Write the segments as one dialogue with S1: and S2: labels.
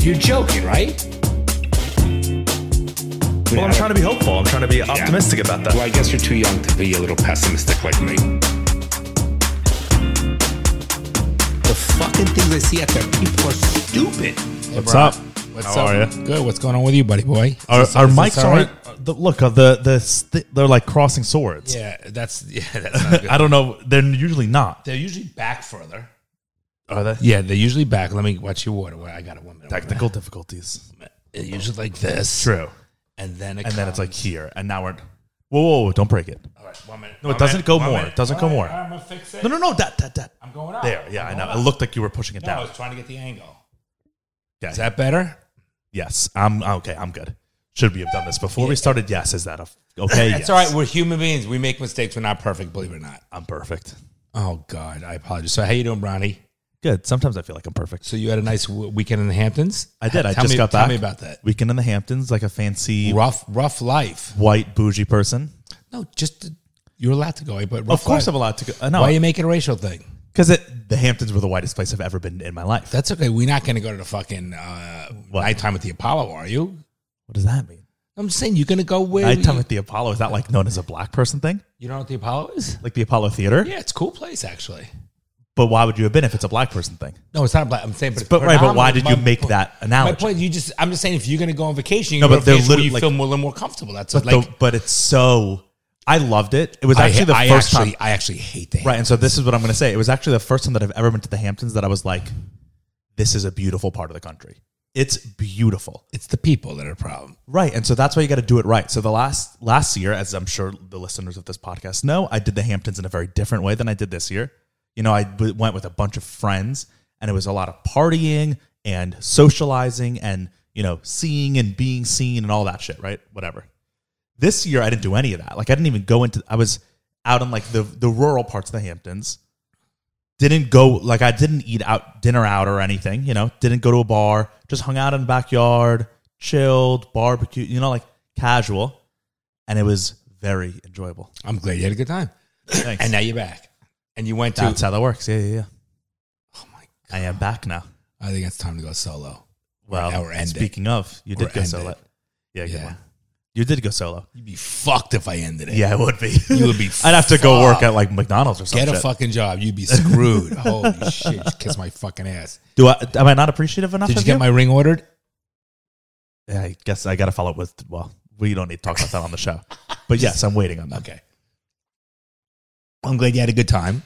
S1: You're joking, right?
S2: Well, I'm trying to be hopeful. I'm trying to be optimistic about that.
S1: Well, I guess you're too young to be a little pessimistic like me. The fucking things I see out there, people are stupid.
S3: What's up?
S4: What's
S3: How
S4: up?
S3: are you?
S4: Good. What's going on with you, buddy boy?
S3: Our,
S4: Is this-
S3: our
S4: is this
S3: mics
S4: all
S3: aren't. The, look, uh, the the st- they're like crossing swords.
S4: Yeah, that's yeah. That's not good.
S3: I don't know. They're usually not.
S4: They're usually back further.
S3: Are they?
S4: Yeah, they're usually back. Let me watch your water. Wait, I got it. One minute.
S3: Technical difficulties.
S4: It usually like this.
S3: True.
S4: And then it
S3: And then it's like
S4: comes-
S3: here, and now we're. Whoa, whoa, whoa, Don't break it.
S4: all right, one minute.
S3: No, it doesn't go more. It doesn't go more.
S4: gonna fix it.
S3: No, no, no. That, that, that.
S4: I'm going up.
S3: There. Yeah, I
S4: I'm
S3: know.
S4: going
S3: It looked like you were pushing it
S4: up. No, I
S3: down.
S4: was trying to get the angle.
S3: Okay.
S4: Is that better?
S3: Yes. I'm okay. I'm good. Should we have done this before we started? Yes. Is that a, okay?
S4: That's
S3: yes.
S4: all right. We're human beings. We make mistakes. We're not perfect, believe it or not.
S3: I'm perfect.
S4: Oh God, I apologize. So how you doing, Ronnie?
S3: Good. Sometimes I feel like I'm perfect.
S4: So you had a nice w- weekend in the Hamptons.
S3: I did. I
S4: Tell
S3: just
S4: me-
S3: got
S4: Tell
S3: back.
S4: me about that.
S3: Weekend in the Hamptons, like a fancy
S4: Rough, rough life.
S3: white bougie person.
S4: No, just you're allowed to go, eh, but
S3: Of course, I'm allowed to go. Uh,
S4: Why you
S3: no,
S4: make it a racial thing?
S3: because the Hamptons were the whitest place I've ever been in my life.
S4: That's okay. We're not going to go to the fucking uh, nighttime at the Apollo, are you?
S3: what does that mean?
S4: I'm saying you're going to go where
S3: Nighttime
S4: you,
S3: at the Apollo is that like known as a black person thing,
S4: you know what the Apollo is?
S3: like the Apollo Theater?
S4: Yeah, it's a cool place actually.
S3: But why would you have been if it's a black person thing?
S4: No, it's not a black. I'm saying, but, it's
S3: But right, but why
S4: predominant-
S3: did you
S4: my
S3: make
S4: point-
S3: that
S4: My
S3: analogy?
S4: point, you just. I'm just saying, if you're going to go on vacation, you
S3: No,
S4: go
S3: but
S4: on
S3: they're
S4: vacation where
S3: literally,
S4: you
S3: like-
S4: feel more and more comfortable. That's
S3: But
S4: like
S3: the, but it's so I loved it. It was
S4: I
S3: actually
S4: ha-
S3: the
S4: I
S3: first
S4: actually,
S3: time.
S4: I actually hate the
S3: Right, and so this is what I'm going to say. It was actually the first time that I've ever been to the Hamptons that I was like, "This is a beautiful part of the country. It's beautiful."
S4: It's the people that are a problem.
S3: Right, and so that's why you got to do it right. So the last last year, as I'm sure the listeners of this podcast know, I did the Hamptons in a very different way than I did this year. You know, I w- went with a bunch of friends, and it was a lot of partying and socializing, and you know, seeing and being seen and all that shit. Right, whatever. This year, I didn't do any of that. Like, I didn't even go into. I was out in like the the rural parts of the Hamptons. Didn't go like I didn't eat out dinner out or anything. You know, didn't go to a bar. Just hung out in the backyard, chilled, barbecue. You know, like casual, and it was very enjoyable.
S4: I'm glad you had a good time,
S3: Thanks.
S4: and now you're back, and you went to.
S3: That's how that works. Yeah, yeah, yeah.
S4: oh my!
S3: I am back now.
S4: I think it's time to go solo.
S3: Well,
S4: now we're ending.
S3: speaking of, you
S4: We're
S3: did go
S4: ending.
S3: solo. Yeah, good
S4: Yeah.
S3: one. You did go solo.
S4: You'd be fucked if I ended it.
S3: Yeah, I would be.
S4: You would be
S3: I'd have to go work
S4: fucked.
S3: at like McDonald's or something.
S4: Get a fucking job. You'd be screwed. Holy shit! Kiss my fucking ass.
S3: Do I? Am I not appreciative enough?
S4: Did you
S3: of
S4: get my ring ordered?
S3: Yeah, I guess I got to follow up with. Well, we don't need to talk about that on the show. But yes, I'm waiting on that.
S4: Okay. I'm glad you had a good time.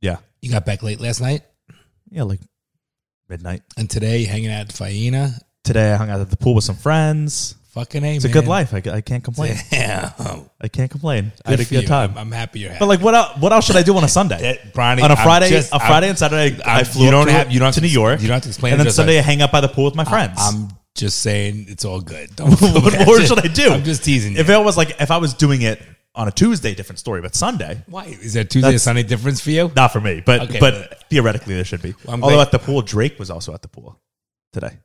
S3: Yeah.
S4: You got back late last night,
S3: Yeah, like midnight.
S4: and today hanging out at Faina.
S3: Today I hung out at the pool with some friends.
S4: Fucking a.
S3: It's a good life. I, I can't complain.
S4: Yeah.
S3: I can't complain. I had a good time.
S4: I'm happy you're happy.
S3: But like, what else, what else should I do on a Sunday?
S4: That- Bronny,
S3: on a
S4: I'm
S3: Friday,
S4: just-
S3: a
S4: I'm-
S3: Friday and Saturday, I,
S4: I'm-
S3: flew
S4: you don't
S3: to,
S4: have- you don't have
S3: to
S4: to
S3: New
S4: ex-
S3: York.
S4: you don't have to explain it
S3: And then
S4: just like-
S3: Sunday, I hang out by the pool with my friends.
S4: I'm just saying it's all good. Don't feel
S3: what
S4: bad.
S3: more should I do?
S4: I'm just teasing you.
S3: If it was like, if I was doing it on a Tuesday, different story. But Sunday,
S4: Why is that Tuesday and
S3: That's-
S4: Sunday difference for you?
S3: not for me. But
S4: Okay,
S3: but theoretically, there should be.
S4: Well, I'm
S3: Although
S4: glad-
S3: at the pool, Drake was also at the pool today.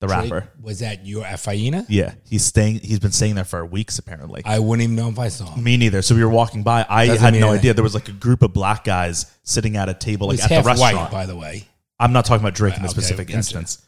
S3: The rapper.
S4: Was that your at Faina?
S3: Yeah, he's staying. He's been staying there for weeks apparently.
S4: I wouldn't even know if I saw him.
S3: me neither. So we were walking by. I
S4: Doesn't
S3: had
S4: mean
S3: no
S4: anything.
S3: idea. There was like a group of black guys sitting at a table, like
S4: He's
S3: at the
S4: half
S3: restaurant.
S4: white, by the way.
S3: I'm not talking about Drake in this
S4: Ah, Okay,
S3: specific
S4: gotcha.
S3: instance.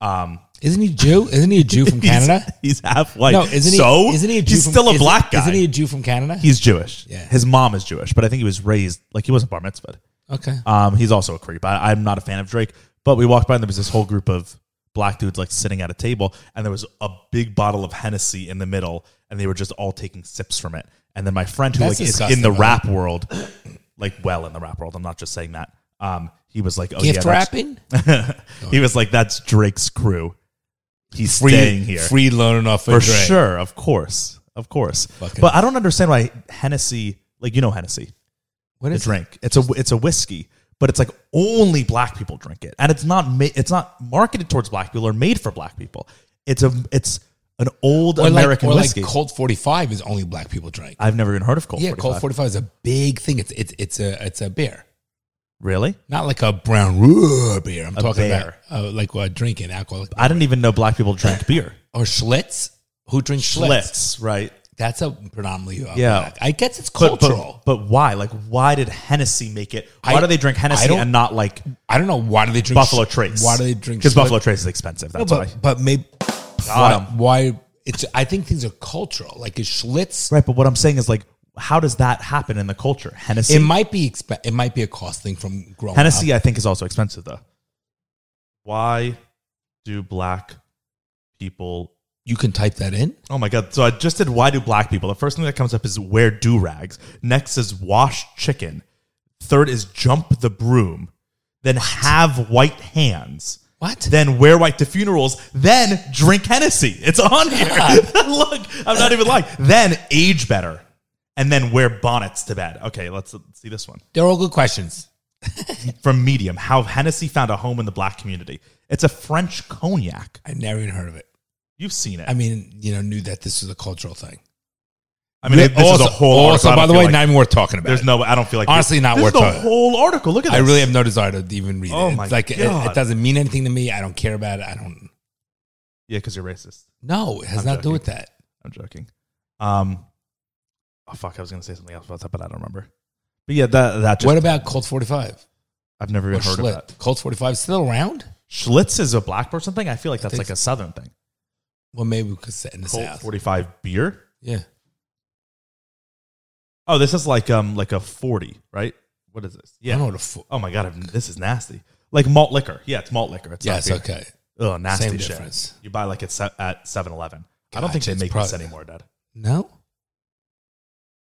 S3: Um,
S4: Isn't he Jew? Isn't he a Jew from
S3: he's-
S4: Canada?
S3: He's half white.
S4: No, isn't he?
S3: So
S4: isn't he a Jew
S3: he's
S4: from-
S3: still a
S4: isn't-
S3: black guy.
S4: Isn't he a Jew from Canada?
S3: he's Jewish.
S4: Yeah.
S3: His mom is Jewish, but I think he was raised like he wasn't bar mitzvahed.
S4: okay.
S3: Um, he's also a creep. I, I'm not a fan of Drake, but we walked by and there was this whole group of black dudes like sitting at a table, and there was a big bottle of Hennessy in the middle, and they were just all taking sips from it. And then my friend who
S4: That's
S3: like is in
S4: disgusting,
S3: the
S4: right?
S3: rap world, like well in the rap world, I'm not just saying that. Um, he was like, oh
S4: Gift
S3: yeah,
S4: wrapping?
S3: that's- he was like, that's Drake's crew. He's staying here
S4: Free loaning off
S3: for
S4: a drink.
S3: sure, of course, of course.
S4: Fucking-
S3: But I don't understand why Hennessy, like you know Hennessy,
S4: What
S3: the
S4: is
S3: drink. It's a it's a whiskey, but it's like only black people drink it, and it's not ma- it's not marketed towards black people or made for black people. It's a it's an old
S4: Or
S3: American
S4: like, or
S3: whiskey.
S4: like Colt 45 is only black people drink.
S3: I've never even heard of Colt.
S4: yeah,
S3: 45.
S4: Colt 45 is a big thing. It's it's it's a it's a beer.
S3: Really?
S4: Not like a brown root beer. I'm talking
S3: beer.
S4: about uh, like uh, drinking alcoholic
S3: I didn't even know black people drank beer.
S4: or Schlitz. Who drinks Schlitz?
S3: Schlitz, right?
S4: That's a predominantly uh,
S3: Yeah.
S4: black. I guess it's
S3: But,
S4: cultural.
S3: but, but why? Like, why did Hennessy make it? Why
S4: I-
S3: do they drink
S4: I
S3: Hennessy
S4: don't-
S3: and not like
S4: I don't know why do they drink
S3: Buffalo
S4: sh-
S3: Trace?
S4: Why do they drink?
S3: Because
S4: Schlitz-
S3: Buffalo Trace is expensive. That's
S4: but
S3: why.
S4: but maybe why,
S3: Got 'em.
S4: why it's I think things are cultural. Like is Schlitz.
S3: Right, but what I'm saying is like, how does that happen in the culture? Hennessy,
S4: It might be exp- it might be a cost thing from growing
S3: Hennessy,
S4: up.
S3: I think is also expensive though. Why do black people?
S4: You can type that in.
S3: Oh my god! So I just did. Why do black people? The first thing that comes up is wear do rags. Next is wash chicken. Third is jump the broom. Then have white hands.
S4: What?
S3: Then wear white to funerals. Then drink Hennessy. It's on here. Look, I'm not even lying. Then age better, and then wear bonnets to bed. Okay, let's see this one.
S4: They're all good questions.
S3: from Medium how Hennessy found a home in the black community. It's a French cognac.
S4: I never even heard of it.
S3: You've seen it.
S4: I mean, you know, knew that this was a cultural thing.
S3: I mean, this is a whole
S4: Also,
S3: article. I
S4: by
S3: don't
S4: the
S3: feel
S4: way,
S3: like-
S4: not even worth talking about.
S3: there's
S4: it.
S3: no. I don't feel like
S4: Honestly, not
S3: this
S4: worth
S3: is the
S4: talking.
S3: whole article. Look at
S4: I
S3: this.
S4: really have no desire to even read
S3: Oh
S4: it.
S3: my
S4: it's like it,
S3: God.
S4: it doesn't mean anything to me. I don't care about it. I don't.
S3: Yeah, because you're racist.
S4: No, it has nothing
S3: I'm
S4: to
S3: joking.
S4: do with that.
S3: I'm joking. Um, oh fuck, I was gonna say something else about that, but I don't remember. But yeah, that that. Just,
S4: what about Colt Forty Five?
S3: I've never even heard of that.
S4: Colt Forty Five still around?
S3: Schlitz is a black person thing. I feel like that's
S4: think
S3: like a southern thing.
S4: Well, maybe we could set in the
S3: Colt
S4: south.
S3: forty five beer.
S4: yeah,
S3: Oh, this is like um like a forty, right? What is this?
S4: I
S3: Yeah.
S4: don't know what a fo-
S3: Oh my god, I've, this is nasty. Like malt liquor. Yeah, it's malt liquor. It's not
S4: yes,
S3: beer.
S4: okay.
S3: Oh, nasty
S4: Same
S3: shit.
S4: difference.
S3: You buy like at se- at 7-Eleven. I don't
S4: Gotcha,
S3: think they
S4: it's
S3: make this
S4: probably-
S3: anymore, Dad.
S4: No.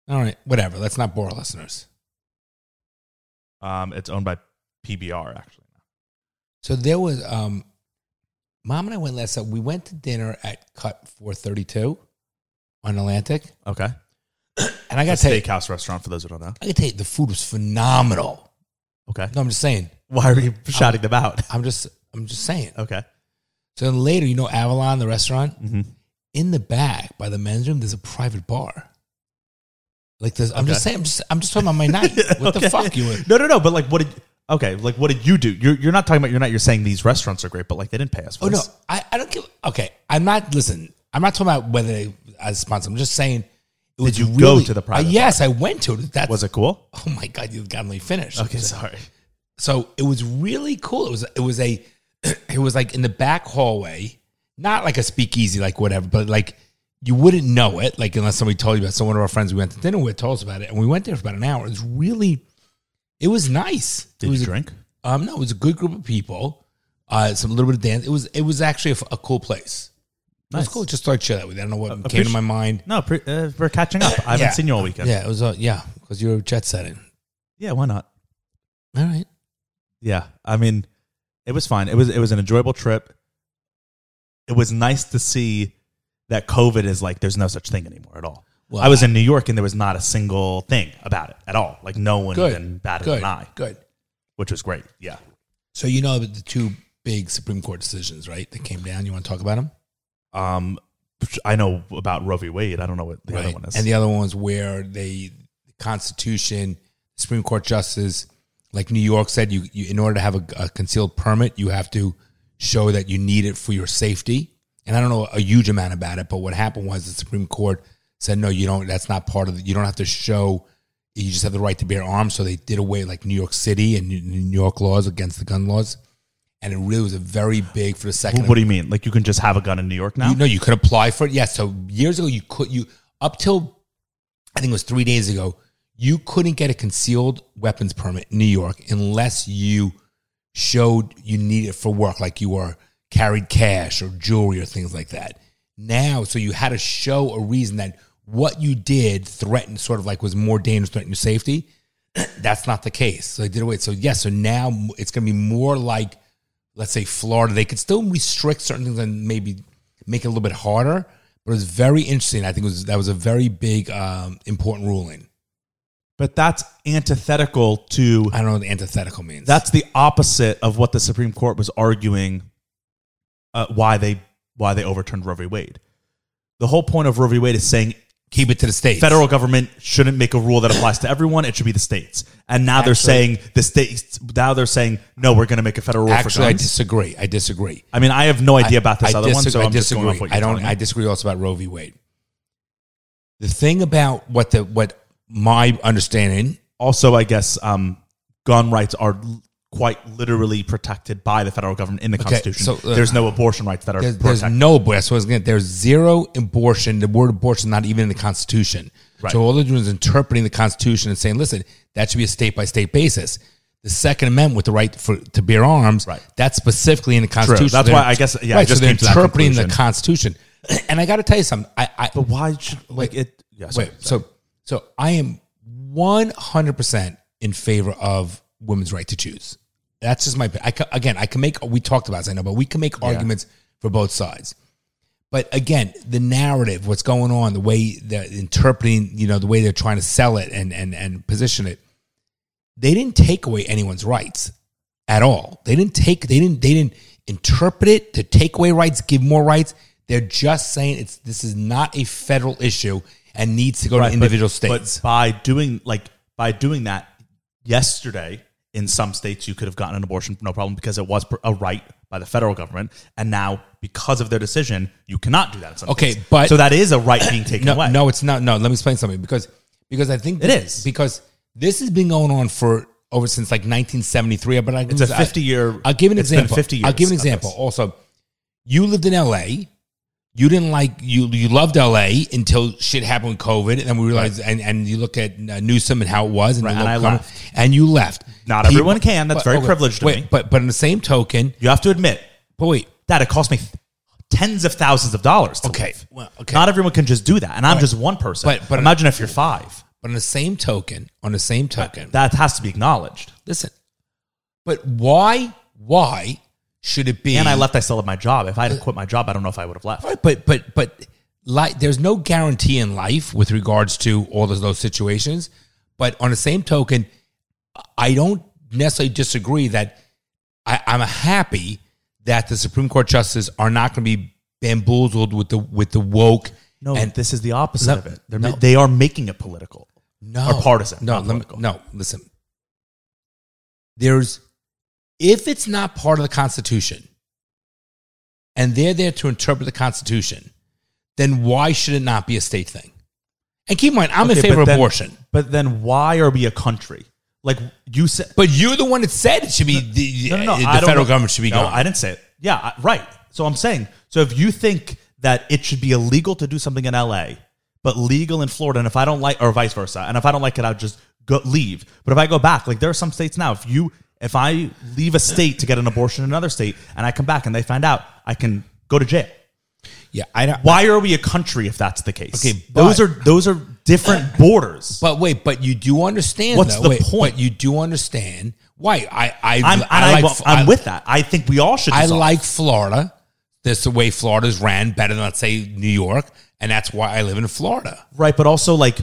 S4: All right, whatever. Let's not bore our listeners.
S3: Um, it's owned by PBR actually.
S4: So there was, um, mom and I went last. night. we went to dinner at Cut Four Thirty Two on Atlantic,
S3: Okay,
S4: and I got to tell you,
S3: steakhouse restaurant for those who don't know.
S4: I got to tell you, the food was phenomenal.
S3: Okay,
S4: No, I'm just saying.
S3: why are you shouting them out?
S4: I'm just, I'm just saying.
S3: Okay,
S4: So then later, you know, Avalon, the restaurant,
S3: Mm-hmm.
S4: in the back by the men's room, there's a private bar. Like this, I'm just
S3: Okay.
S4: saying, I'm just, I'm just talking about my night. What
S3: Okay.
S4: the fuck you?
S3: No, no, no. But like, what did? Okay, like, what did you do? You're you're not talking about. You're not. You're saying these restaurants are great, but like, they didn't pay us. For
S4: Oh no,
S3: this.
S4: I, I don't give. Okay, I'm not. Listen, I'm not talking about whether they as sponsor. I'm just saying. It was
S3: you go to the private
S4: Uh, yes, I went to it. That's
S3: Was it cool?
S4: Oh my god, you've got me finished.
S3: Okay, sorry.
S4: so it was really cool. It was it was a it was like in the back hallway, not like a speakeasy, like whatever, but like you wouldn't know it, like unless somebody told you about. So one of our friends we went to dinner with told us about it, and we went there for about an hour. It was really, it was nice.
S3: Did
S4: it was
S3: you drink?
S4: um, no, it was a good group of people. Uh, some little bit of dance. It was it was actually a, f- a cool place. It
S3: Nice.
S4: was cool. Just start share that with. you. I don't know what came to
S3: appreciate-
S4: my mind.
S3: No, pre- uh, we're catching up. I haven't
S4: Yeah.
S3: seen you all weekend.
S4: Yeah, it was. Uh, yeah, because you were jet setting.
S3: yeah. Why not?
S4: All right.
S3: Yeah, I mean, it was fine. It was it was an enjoyable trip. It was nice to see that COVID is like there's no such thing anymore at all.
S4: Well,
S3: I was in New York and there was not a single thing about it at all. Like no one
S4: Good.
S3: even batted
S4: good.
S3: an eye,
S4: Good.
S3: which was great. Yeah.
S4: So you know the two big Supreme Court decisions, right? That came down. You want to talk about them?
S3: Um, I know about Roe v. Wade. I don't know what the other
S4: right.
S3: one is.
S4: And the other one's where they the Constitution, Supreme Court justice, like New York said, you, you in order to have a, a concealed permit, you have to show that you need it for your safety. And I don't know a huge amount about it, but what happened was the Supreme Court said no, you don't. That's not part of it. You don't have to show. You just have the right to bear arms. So they did away like New York City and New- New York laws against the gun laws. And it really was a very big for the second.
S3: what do you mean? Like you can just have a gun in New York now?
S4: You, no, you could apply for it. Yes. So years ago, you could you up till I think it was three days ago, you couldn't get a concealed weapons permit in New York unless you showed you need it for work, like you were carried cash or jewelry or things like that. Now, so you had to show a reason that what you did threatened, sort of like was more dangerous, threatened your safety. That's not the case. So they did away. So yes, so now m- it's going to be more like, let's say Florida. They could still restrict certain things and maybe make it a little bit harder. But it was very interesting. I think it was that was a very big, um, important ruling.
S3: But that's antithetical to
S4: I don't know what antithetical means.
S3: that's the opposite of what the Supreme Court was arguing uh, why they why they overturned Roe v. Wade. The whole point of Roe v. Wade is saying
S4: keep it to the state.
S3: federal government shouldn't make a rule that applies to everyone; it should be the states. And now they're saying the states. Now they're saying no, we're going to make a federal rule
S4: Actually,
S3: for
S4: I
S3: guns.
S4: disagree. I disagree.
S3: I mean, I have no idea about this
S4: I
S3: other one,
S4: dis-
S3: so
S4: I
S3: I'm just going off
S4: disagree.
S3: what you're
S4: I don't.
S3: telling me.
S4: I disagree also about Roe v. Wade. The thing about what the what my understanding
S3: Also, I guess um, gun rights are l- quite literally protected by the federal government in the Constitution.
S4: so, uh,
S3: there's no abortion rights that are
S4: there's, there's
S3: protected.
S4: no abortion. So I was gonna- there's zero abortion. The word abortion is not even in the Constitution.
S3: Right.
S4: So all they're doing is interpreting the Constitution and saying, listen, that should be a state by state basis. The Second Amendment with the right for, to bear arms,
S3: Right.
S4: that's specifically in the Constitution.
S3: That's
S4: They're-
S3: why I guess- yeah, I
S4: right,
S3: just
S4: so they're
S3: came to that
S4: interpreting the
S3: conclusion.
S4: Constitution. And I got to tell you something. I, I
S3: but why should like
S4: Wait.
S3: it? Yes.
S4: Wait, so so I am one hundred percent in favor of women's right to choose. That's just my. I ca- again, I can make. We talked about this, I know, but we can make arguments for both sides. But again, the narrative, what's going on, the way they're interpreting, you know, the way they're trying to sell it and and and position it, they didn't take away anyone's rights at all. They didn't take. They didn't. They didn't interpret it to take away rights, give more rights. They're just saying it's this is not a federal issue and needs to go to
S3: Right, but-
S4: individual
S3: but
S4: states.
S3: by doing like by doing that yesterday in some states you could have gotten an abortion no problem because it was pr- a right by the federal government and now because of their decision you cannot do that in some
S4: Okay,
S3: states.
S4: but-
S3: so that is a right being taken
S4: no,
S3: away
S4: no, it's not. No, let me explain something because because I think
S3: It is.
S4: because this has been going on for over since like 1973. But I,
S3: it's a 50 year
S4: I'll give an
S3: it's been
S4: example.
S3: 50 years
S4: I'll give an
S3: of this.
S4: example. Also, you lived in LA. You didn't like you. You loved LA until shit happened with COVID, and then we realized. And, and you look at uh, Newsom and how it was, and, the
S3: and
S4: local
S3: I
S4: government,
S3: left.
S4: and you left.
S3: Not everyone can. That's very privileged of
S4: wait,
S3: me.
S4: But but in the same token,
S3: you have to admit
S4: but wait,
S3: that it cost me tens of thousands of dollars to
S4: Okay,
S3: leave.
S4: well, okay.
S3: not everyone can just do that and i'm just one person
S4: But- but-
S3: imagine if you're five
S4: but on the same token, on the same token,
S3: that has to be acknowledged
S4: listen. But why why should it be?
S3: and i left i still have my job if i had quit my job i don't know if i would have left
S4: Right, but but but like, there's no guarantee in life with regards to all those, those situations. But on the same token, I don't necessarily disagree that I, I'm happy that the Supreme Court justices are not going to be bamboozled with the with the woke.
S3: No,
S4: and
S3: this is the opposite
S4: No,
S3: of it. They're,
S4: no.
S3: They are making it political.
S4: no
S3: or partisan,
S4: No,
S3: not
S4: let me,
S3: political.
S4: no. Listen, there's if it's not part of the Constitution, and they're there to interpret the Constitution, then why should it not be a state thing? And keep in mind, I'm in
S3: Okay,
S4: favor
S3: but
S4: of
S3: then-
S4: abortion,
S3: But then why are we a country? Like you said,
S4: but you're the one that said it should be the,
S3: no, no, no,
S4: the
S3: I don't
S4: federal
S3: know-
S4: government should be
S3: No,
S4: gone.
S3: I didn't say it. Yeah, I, right. So I'm saying, so if you think that it should be illegal to do something in LA, but legal in Florida, and if I don't like, or vice versa, and if I don't like it, I'll just go leave. But if I go back, like there are some states now, if you, if I leave a state to get an abortion in another state, and I come back and they find out, I can go to jail.
S4: yeah, I don't.
S3: Why are we a country if that's the case?
S4: Okay,
S3: those
S4: but-
S3: are those are different borders.
S4: But wait, but you do understand.
S3: What's
S4: though,
S3: the
S4: wait,
S3: point?
S4: But you do understand why I I
S3: I'm, and I
S4: like-
S3: am
S4: I-
S3: with that. I think we all should.
S4: I
S3: dissolve.
S4: like Florida. That's the way Florida's ran better than, let's say, New York. And that's why I live in Florida.
S3: right, but also like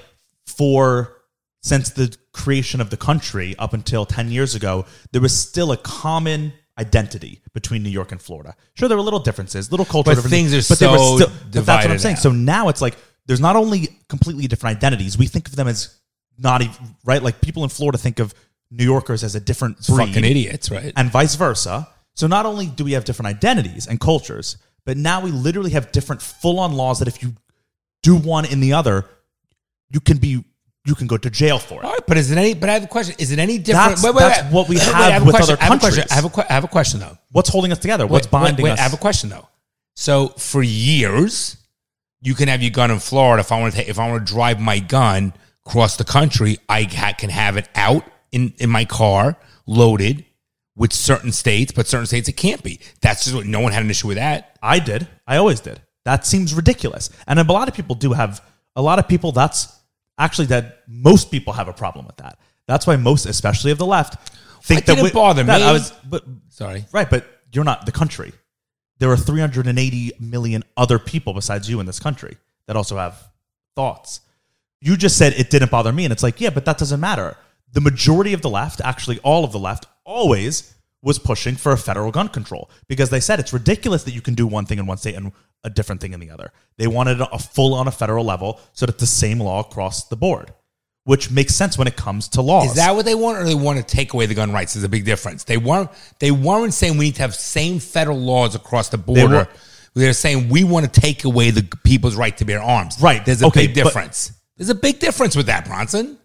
S3: for since the creation of the country up until ten years ago, there was still a common identity between New York and Florida. Sure, there were little differences, little cultural
S4: But
S3: differences,
S4: things are
S3: but they were
S4: so
S3: still- but that's what I'm
S4: divided
S3: saying.
S4: now.
S3: So now it's like there's not only completely different identities. We think of them as not even right. Like people in Florida think of New Yorkers as a different breed.
S4: Fucking idiots, right?
S3: and vice versa. So not only do we have different identities and cultures, but now we literally have different full-on laws that if you do one in the other, you can be you can go to jail for
S4: All
S3: it.
S4: right, but is it any? But I have a question. Is it any different?
S3: That's- that's what we have
S4: I a
S3: with
S4: question.
S3: other
S4: I have a question.
S3: countries.
S4: I have a, que- I have a question though.
S3: What's holding us together? What's
S4: Wait,
S3: binding
S4: wait, wait,
S3: us?
S4: I have a question though. So for years, you can have your gun in Florida. If I want to, if I want to drive my gun across the country, I ha- can have it out in in my car, loaded with certain states, but certain states it can't be. That's just what no one had an issue with that.
S3: I did. I always did. That seems ridiculous. And a lot of people do have a lot of people that's actually that most people have a problem with that. That's why most, especially of the left, think
S4: It
S3: that
S4: didn't
S3: we-
S4: bother
S3: that
S4: me.
S3: I was, but
S4: Sorry.
S3: Right, but you're not the country. There are 380 million other people besides you in this country that also have thoughts. You just said it didn't bother me, and it's like, yeah, but that doesn't matter. The majority of the left, actually all of the left, always was pushing for a federal gun control because they said it's ridiculous that you can do one thing in one state and a different thing in the other. They wanted a full on a federal level so that the same law across the board, which makes sense when it comes to laws.
S4: Is that what they want, or they want to take away the gun rights? Is a big difference. They weren't. They weren't saying we need to have same federal laws across the border.
S3: were-
S4: They're saying we want to take away the people's right to bear arms.
S3: Right.
S4: There's a
S3: Okay,
S4: big
S3: but-
S4: difference. There's a big difference with that, Bronson.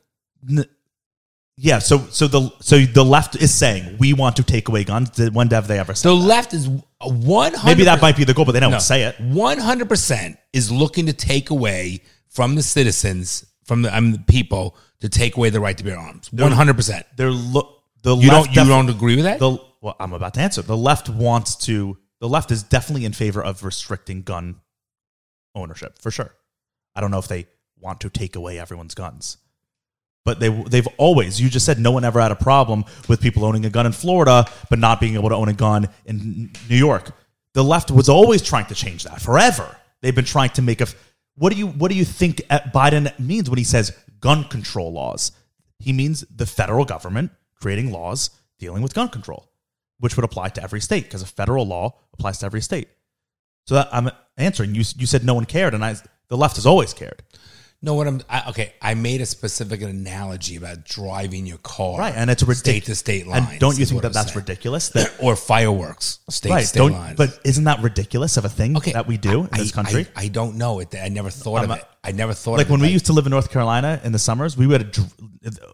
S3: Yeah, so so the so the left is saying we want to take away guns. Did- When have they ever said?
S4: The left is one hundred.
S3: Uh, Maybe that might be the goal, but they don't
S4: No.
S3: say it.
S4: One hundred percent is looking to take away from the citizens, from the, I mean, the people, to take away the right to bear arms. One hundred percent.
S3: They're look the
S4: You
S3: left
S4: don't. You
S3: defi-
S4: don't agree with that?
S3: the well i'm about to answer the left wants to the left is definitely in favor of restricting gun ownership for sure i don't know if they want to take away everyone's guns but they they've always you just said no one ever had a problem with people owning a gun in florida but not being able to own a gun in new york the left was always trying to change that forever they've been trying to make a what do you what do you think uh, biden means when he says gun control laws he means the federal government creating laws dealing with gun control, which would apply to every state because a federal law applies to every state. So that I'm answering you. You said no one cared, and I the left has always cared,
S4: No, what I'm I, okay. I made a specific analogy about driving your car,
S3: right? And it's a
S4: state
S3: ridiculous
S4: to state line.
S3: And don't you think that that's ridiculous? That
S4: Or fireworks, state
S3: right?
S4: to state
S3: don't
S4: lines.
S3: but isn't that ridiculous of a thing
S4: okay,
S3: that we do
S4: I-
S3: in this
S4: I-
S3: country?
S4: I, don't know it. I never thought
S3: I'm
S4: of
S3: a-
S4: it. I never thought
S3: like
S4: of it
S3: when we
S4: that-
S3: used to live in North Carolina in the summers, we would dr-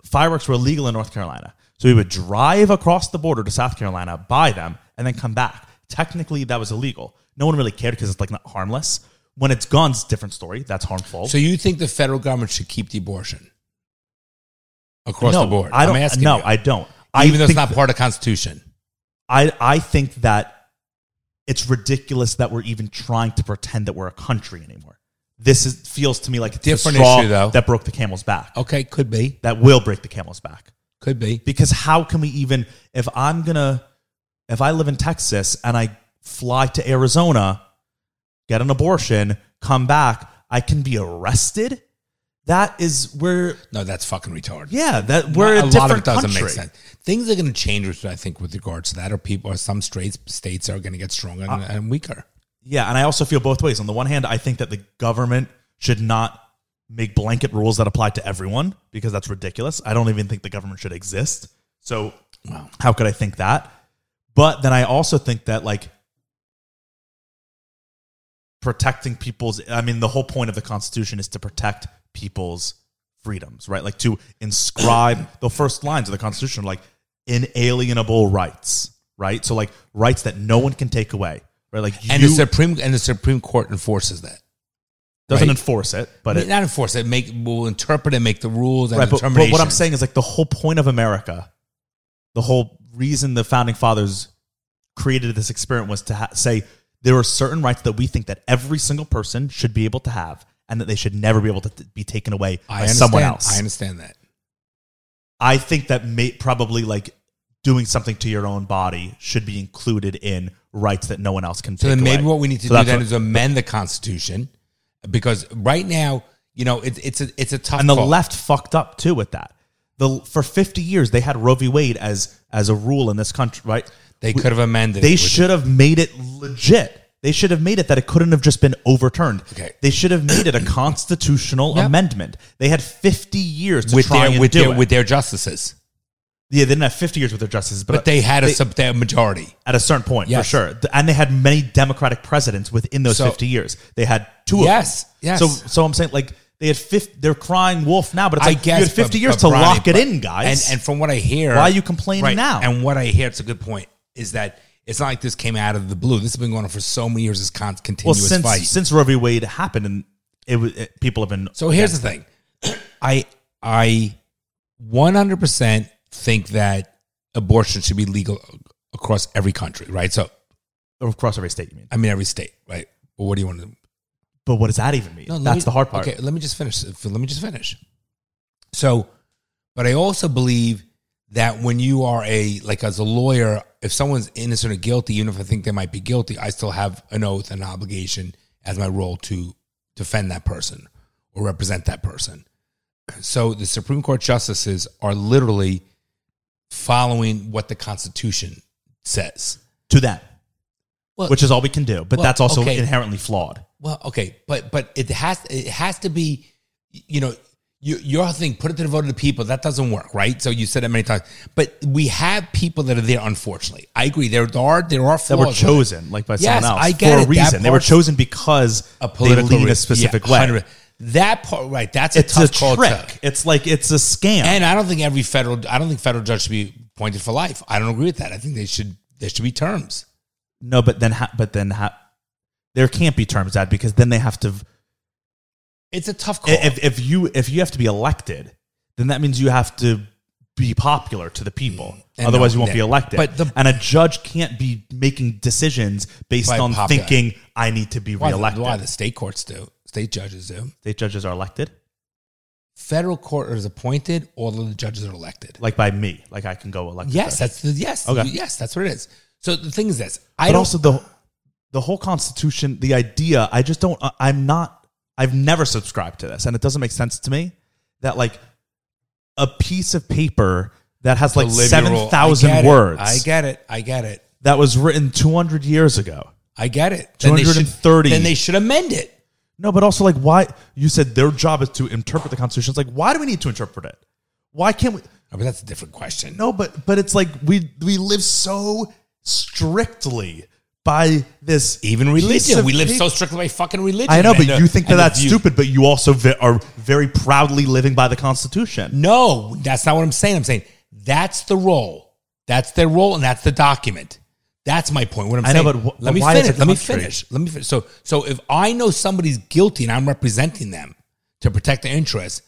S3: fireworks were illegal in North Carolina, so we would drive across the border to South Carolina, buy them, and then come back. Technically, that was illegal. No one really cared because it's like not harmless. When it's guns, different story. That's harmful.
S4: So you think the federal government should keep the abortion across
S3: no,
S4: the board?
S3: I don't.
S4: I'm asking
S3: no,
S4: you.
S3: I don't.
S4: even
S3: I
S4: though it's
S3: think
S4: not part of the Constitution.
S3: I, I think that it's ridiculous that we're even trying to pretend that we're a country anymore. This is, feels to me like it's the
S4: Different
S3: straw
S4: issue, though.
S3: that broke the camel's back.
S4: Okay, could be,
S3: That will break the camel's back.
S4: could be.
S3: because how can we even if i'm gonna if i live in texas and i fly to arizona get an abortion come back i can be arrested that is where
S4: No, that's fucking retarded.
S3: yeah that we're a,
S4: a
S3: different
S4: lot of it doesn't
S3: country.
S4: make sense. Things are going to change, which I think, with regards to that, or people, or some states, states are going to get stronger
S3: Uh,
S4: and, and weaker.
S3: yeah and i also feel both ways on the one hand i think that the government should not make blanket rules that apply to everyone because that's ridiculous i don't even think the government should exist so
S4: Wow.
S3: how could i think that but then i also think that like protecting people's i mean the whole point of the constitution is to protect people's freedoms right like to inscribe the first lines of the constitution are like inalienable rights right so like rights that no one can take away right like
S4: And
S3: you
S4: the Supreme and the Supreme Court enforces that.
S3: doesn't
S4: right.
S3: enforce it but it,
S4: Not enforce it. Make will interpret and make the rules and
S3: right, but, but
S4: determinations.
S3: what I'm saying is like the whole point of America, the whole reason the founding fathers created this experiment was to ha- say there are certain rights that we think that every single person should be able to have and that they should never be able to t- be taken away
S4: I
S3: by
S4: understand,
S3: someone else.
S4: I understand that.
S3: I think that may, probably like doing something to your own body should be included in rights that no one else can
S4: So
S3: take
S4: then maybe
S3: away.
S4: what we need to
S3: So
S4: do
S3: that's
S4: then
S3: what-
S4: is amend the Constitution because right now, you know, it's it's a it's a tough
S3: and the
S4: call.
S3: left fucked up too with that. The for 50 years they had Roe v. Wade as as a rule in this country, right?
S4: They could have amended. it
S3: They
S4: with-
S3: should have made it legit. They should have made it that it couldn't have just been overturned.
S4: Okay.
S3: They should have made it a constitutional
S4: Yep.
S3: amendment. They had 50 years to
S4: with
S3: try
S4: their
S3: and
S4: with
S3: do
S4: their
S3: it.
S4: with their justices,
S3: yeah, they didn't have 50 years with their justices, but,
S4: but they had a sub their majority.
S3: at a certain point,
S4: Yes.
S3: for sure. Th- And they had many Democratic presidents within those
S4: So-
S3: 50 years. They had two of
S4: Yes,
S3: them.
S4: yes.
S3: So, so I'm saying, like, they had 50, they're crying wolf now, but it's
S4: I
S3: like,
S4: guess
S3: you had 50
S4: but-
S3: years
S4: but
S3: to
S4: Bronny,
S3: lock it
S4: but-
S3: in, guys.
S4: And and from what I hear,
S3: Why are you complaining
S4: Right.
S3: now?
S4: And what I hear, it's a good point, is that it's not like this came out of the blue. This has been going on for so many years. This con-
S3: well,
S4: continuous
S3: since,
S4: fight.
S3: since Roe v. Wade happened, and it, was it, people have been.
S4: So here's the thing. I I 100% think that abortion should be legal across every country, right? So
S3: across every state, you mean?
S4: I mean every state, right? But what do you want to do?
S3: But what does that even mean?
S4: No, let
S3: That's
S4: me-
S3: the hard part.
S4: Okay, let me just finish. Let me just finish. So, but I also believe that when you are a like as a lawyer, if someone's innocent or guilty, even if I think they might be guilty, I still have an oath and obligation as my role to defend that person or represent that person. So the Supreme Court justices are literally following what the Constitution says.
S3: To them,
S4: Well,
S3: which is all we can do. But
S4: Well,
S3: that's also
S4: okay.
S3: inherently flawed.
S4: Well, okay, but but it has it has to be, you know, you, your whole thing, put it to the vote of the people, that doesn't work, right? So you said it many times. But we have people that are there, unfortunately. I agree. There are there are flaws.
S3: that were chosen like by
S4: Yes,
S3: someone else
S4: I get
S3: for
S4: it.
S3: a
S4: That
S3: reason. They were
S4: part's
S3: chosen because
S4: A
S3: they
S4: political
S3: lean a
S4: reason.
S3: specific
S4: Yeah,
S3: way.
S4: 100. That part, right? That's a
S3: It's a
S4: tough call
S3: trick.
S4: too.
S3: It's like it's a scam.
S4: And I don't think every federal, I don't think federal judge should be appointed for life. I don't agree with that. I think they should there should be terms.
S3: no, but then how, but then how, there can't be terms that because then they have to
S4: It's a tough call.
S3: if if you if you have to be elected, then that means you have to be popular to the people.
S4: And
S3: Otherwise,
S4: no,
S3: you won't
S4: yeah.
S3: be elected.
S4: But the-
S3: and a judge can't be making decisions based
S4: By
S3: on
S4: popular-
S3: thinking I need to be
S4: why, the,
S3: reelected.
S4: why the state courts do, state judges do.
S3: State judges are elected,
S4: Federal court is appointed, all of the judges are elected.
S3: like by me. Like I can go elected.
S4: Yes,
S3: there.
S4: that's the yes,
S3: Okay.
S4: yes, that's what it is. So the thing is this: I
S3: but
S4: don't.
S3: also the the whole Constitution, the idea. I just don't. I- I'm not. I've never subscribed to this, and it doesn't make sense to me that like a piece of paper that has like
S4: Liberal-
S3: seven
S4: I get
S3: thousand
S4: it.
S3: words
S4: I get it. I get it.
S3: that was written two hundred years ago.
S4: I get it. Then they should-
S3: 230.
S4: Then they should amend it.
S3: No, but also like why you said their job is to interpret the Constitution. It's like why do we need to interpret it? Why can't we?
S4: Oh, but that's a different question.
S3: No, but but it's like we we live so strictly by this
S4: even
S3: piece
S4: religion.
S3: of
S4: We live
S3: pa-
S4: so strictly by fucking religion.
S3: I know,
S4: man.
S3: but you think that
S4: And the
S3: that's
S4: view-
S3: stupid, but you also ve- are very proudly living by the Constitution.
S4: No, that's not what I'm saying. I'm saying that's the role. That's their role, and that's the document. That's my point. What I'm
S3: I know,
S4: saying.
S3: but wh-
S4: let me
S3: why as a
S4: finish. Let me
S3: country?
S4: finish. Let me finish. So, so if I know somebody's guilty and I'm representing them to protect their interests,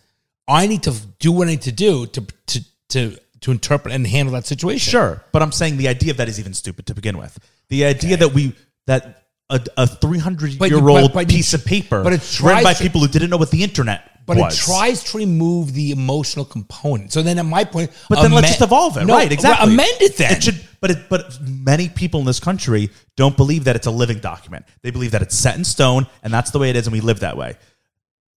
S4: I need to do what I need to do to to to to interpret and handle that situation.
S3: Sure, but I'm saying the idea of that is even stupid to begin with. The idea that we that a, a 300
S4: But-
S3: year old
S4: but- but it
S3: piece of paper,
S4: but it
S3: written
S4: tries
S3: by
S4: to-
S3: people who didn't know what the internet
S4: But
S3: was.
S4: it tries to remove the emotional component. So then, at my point,
S3: But then
S4: amen-
S3: let's just evolve it,
S4: No,
S3: right? Exactly.
S4: Amend it then.
S3: It should, but it, but many people in this country don't believe that it's a living document. They believe that it's set in stone, and that's the way it is, and we live that way.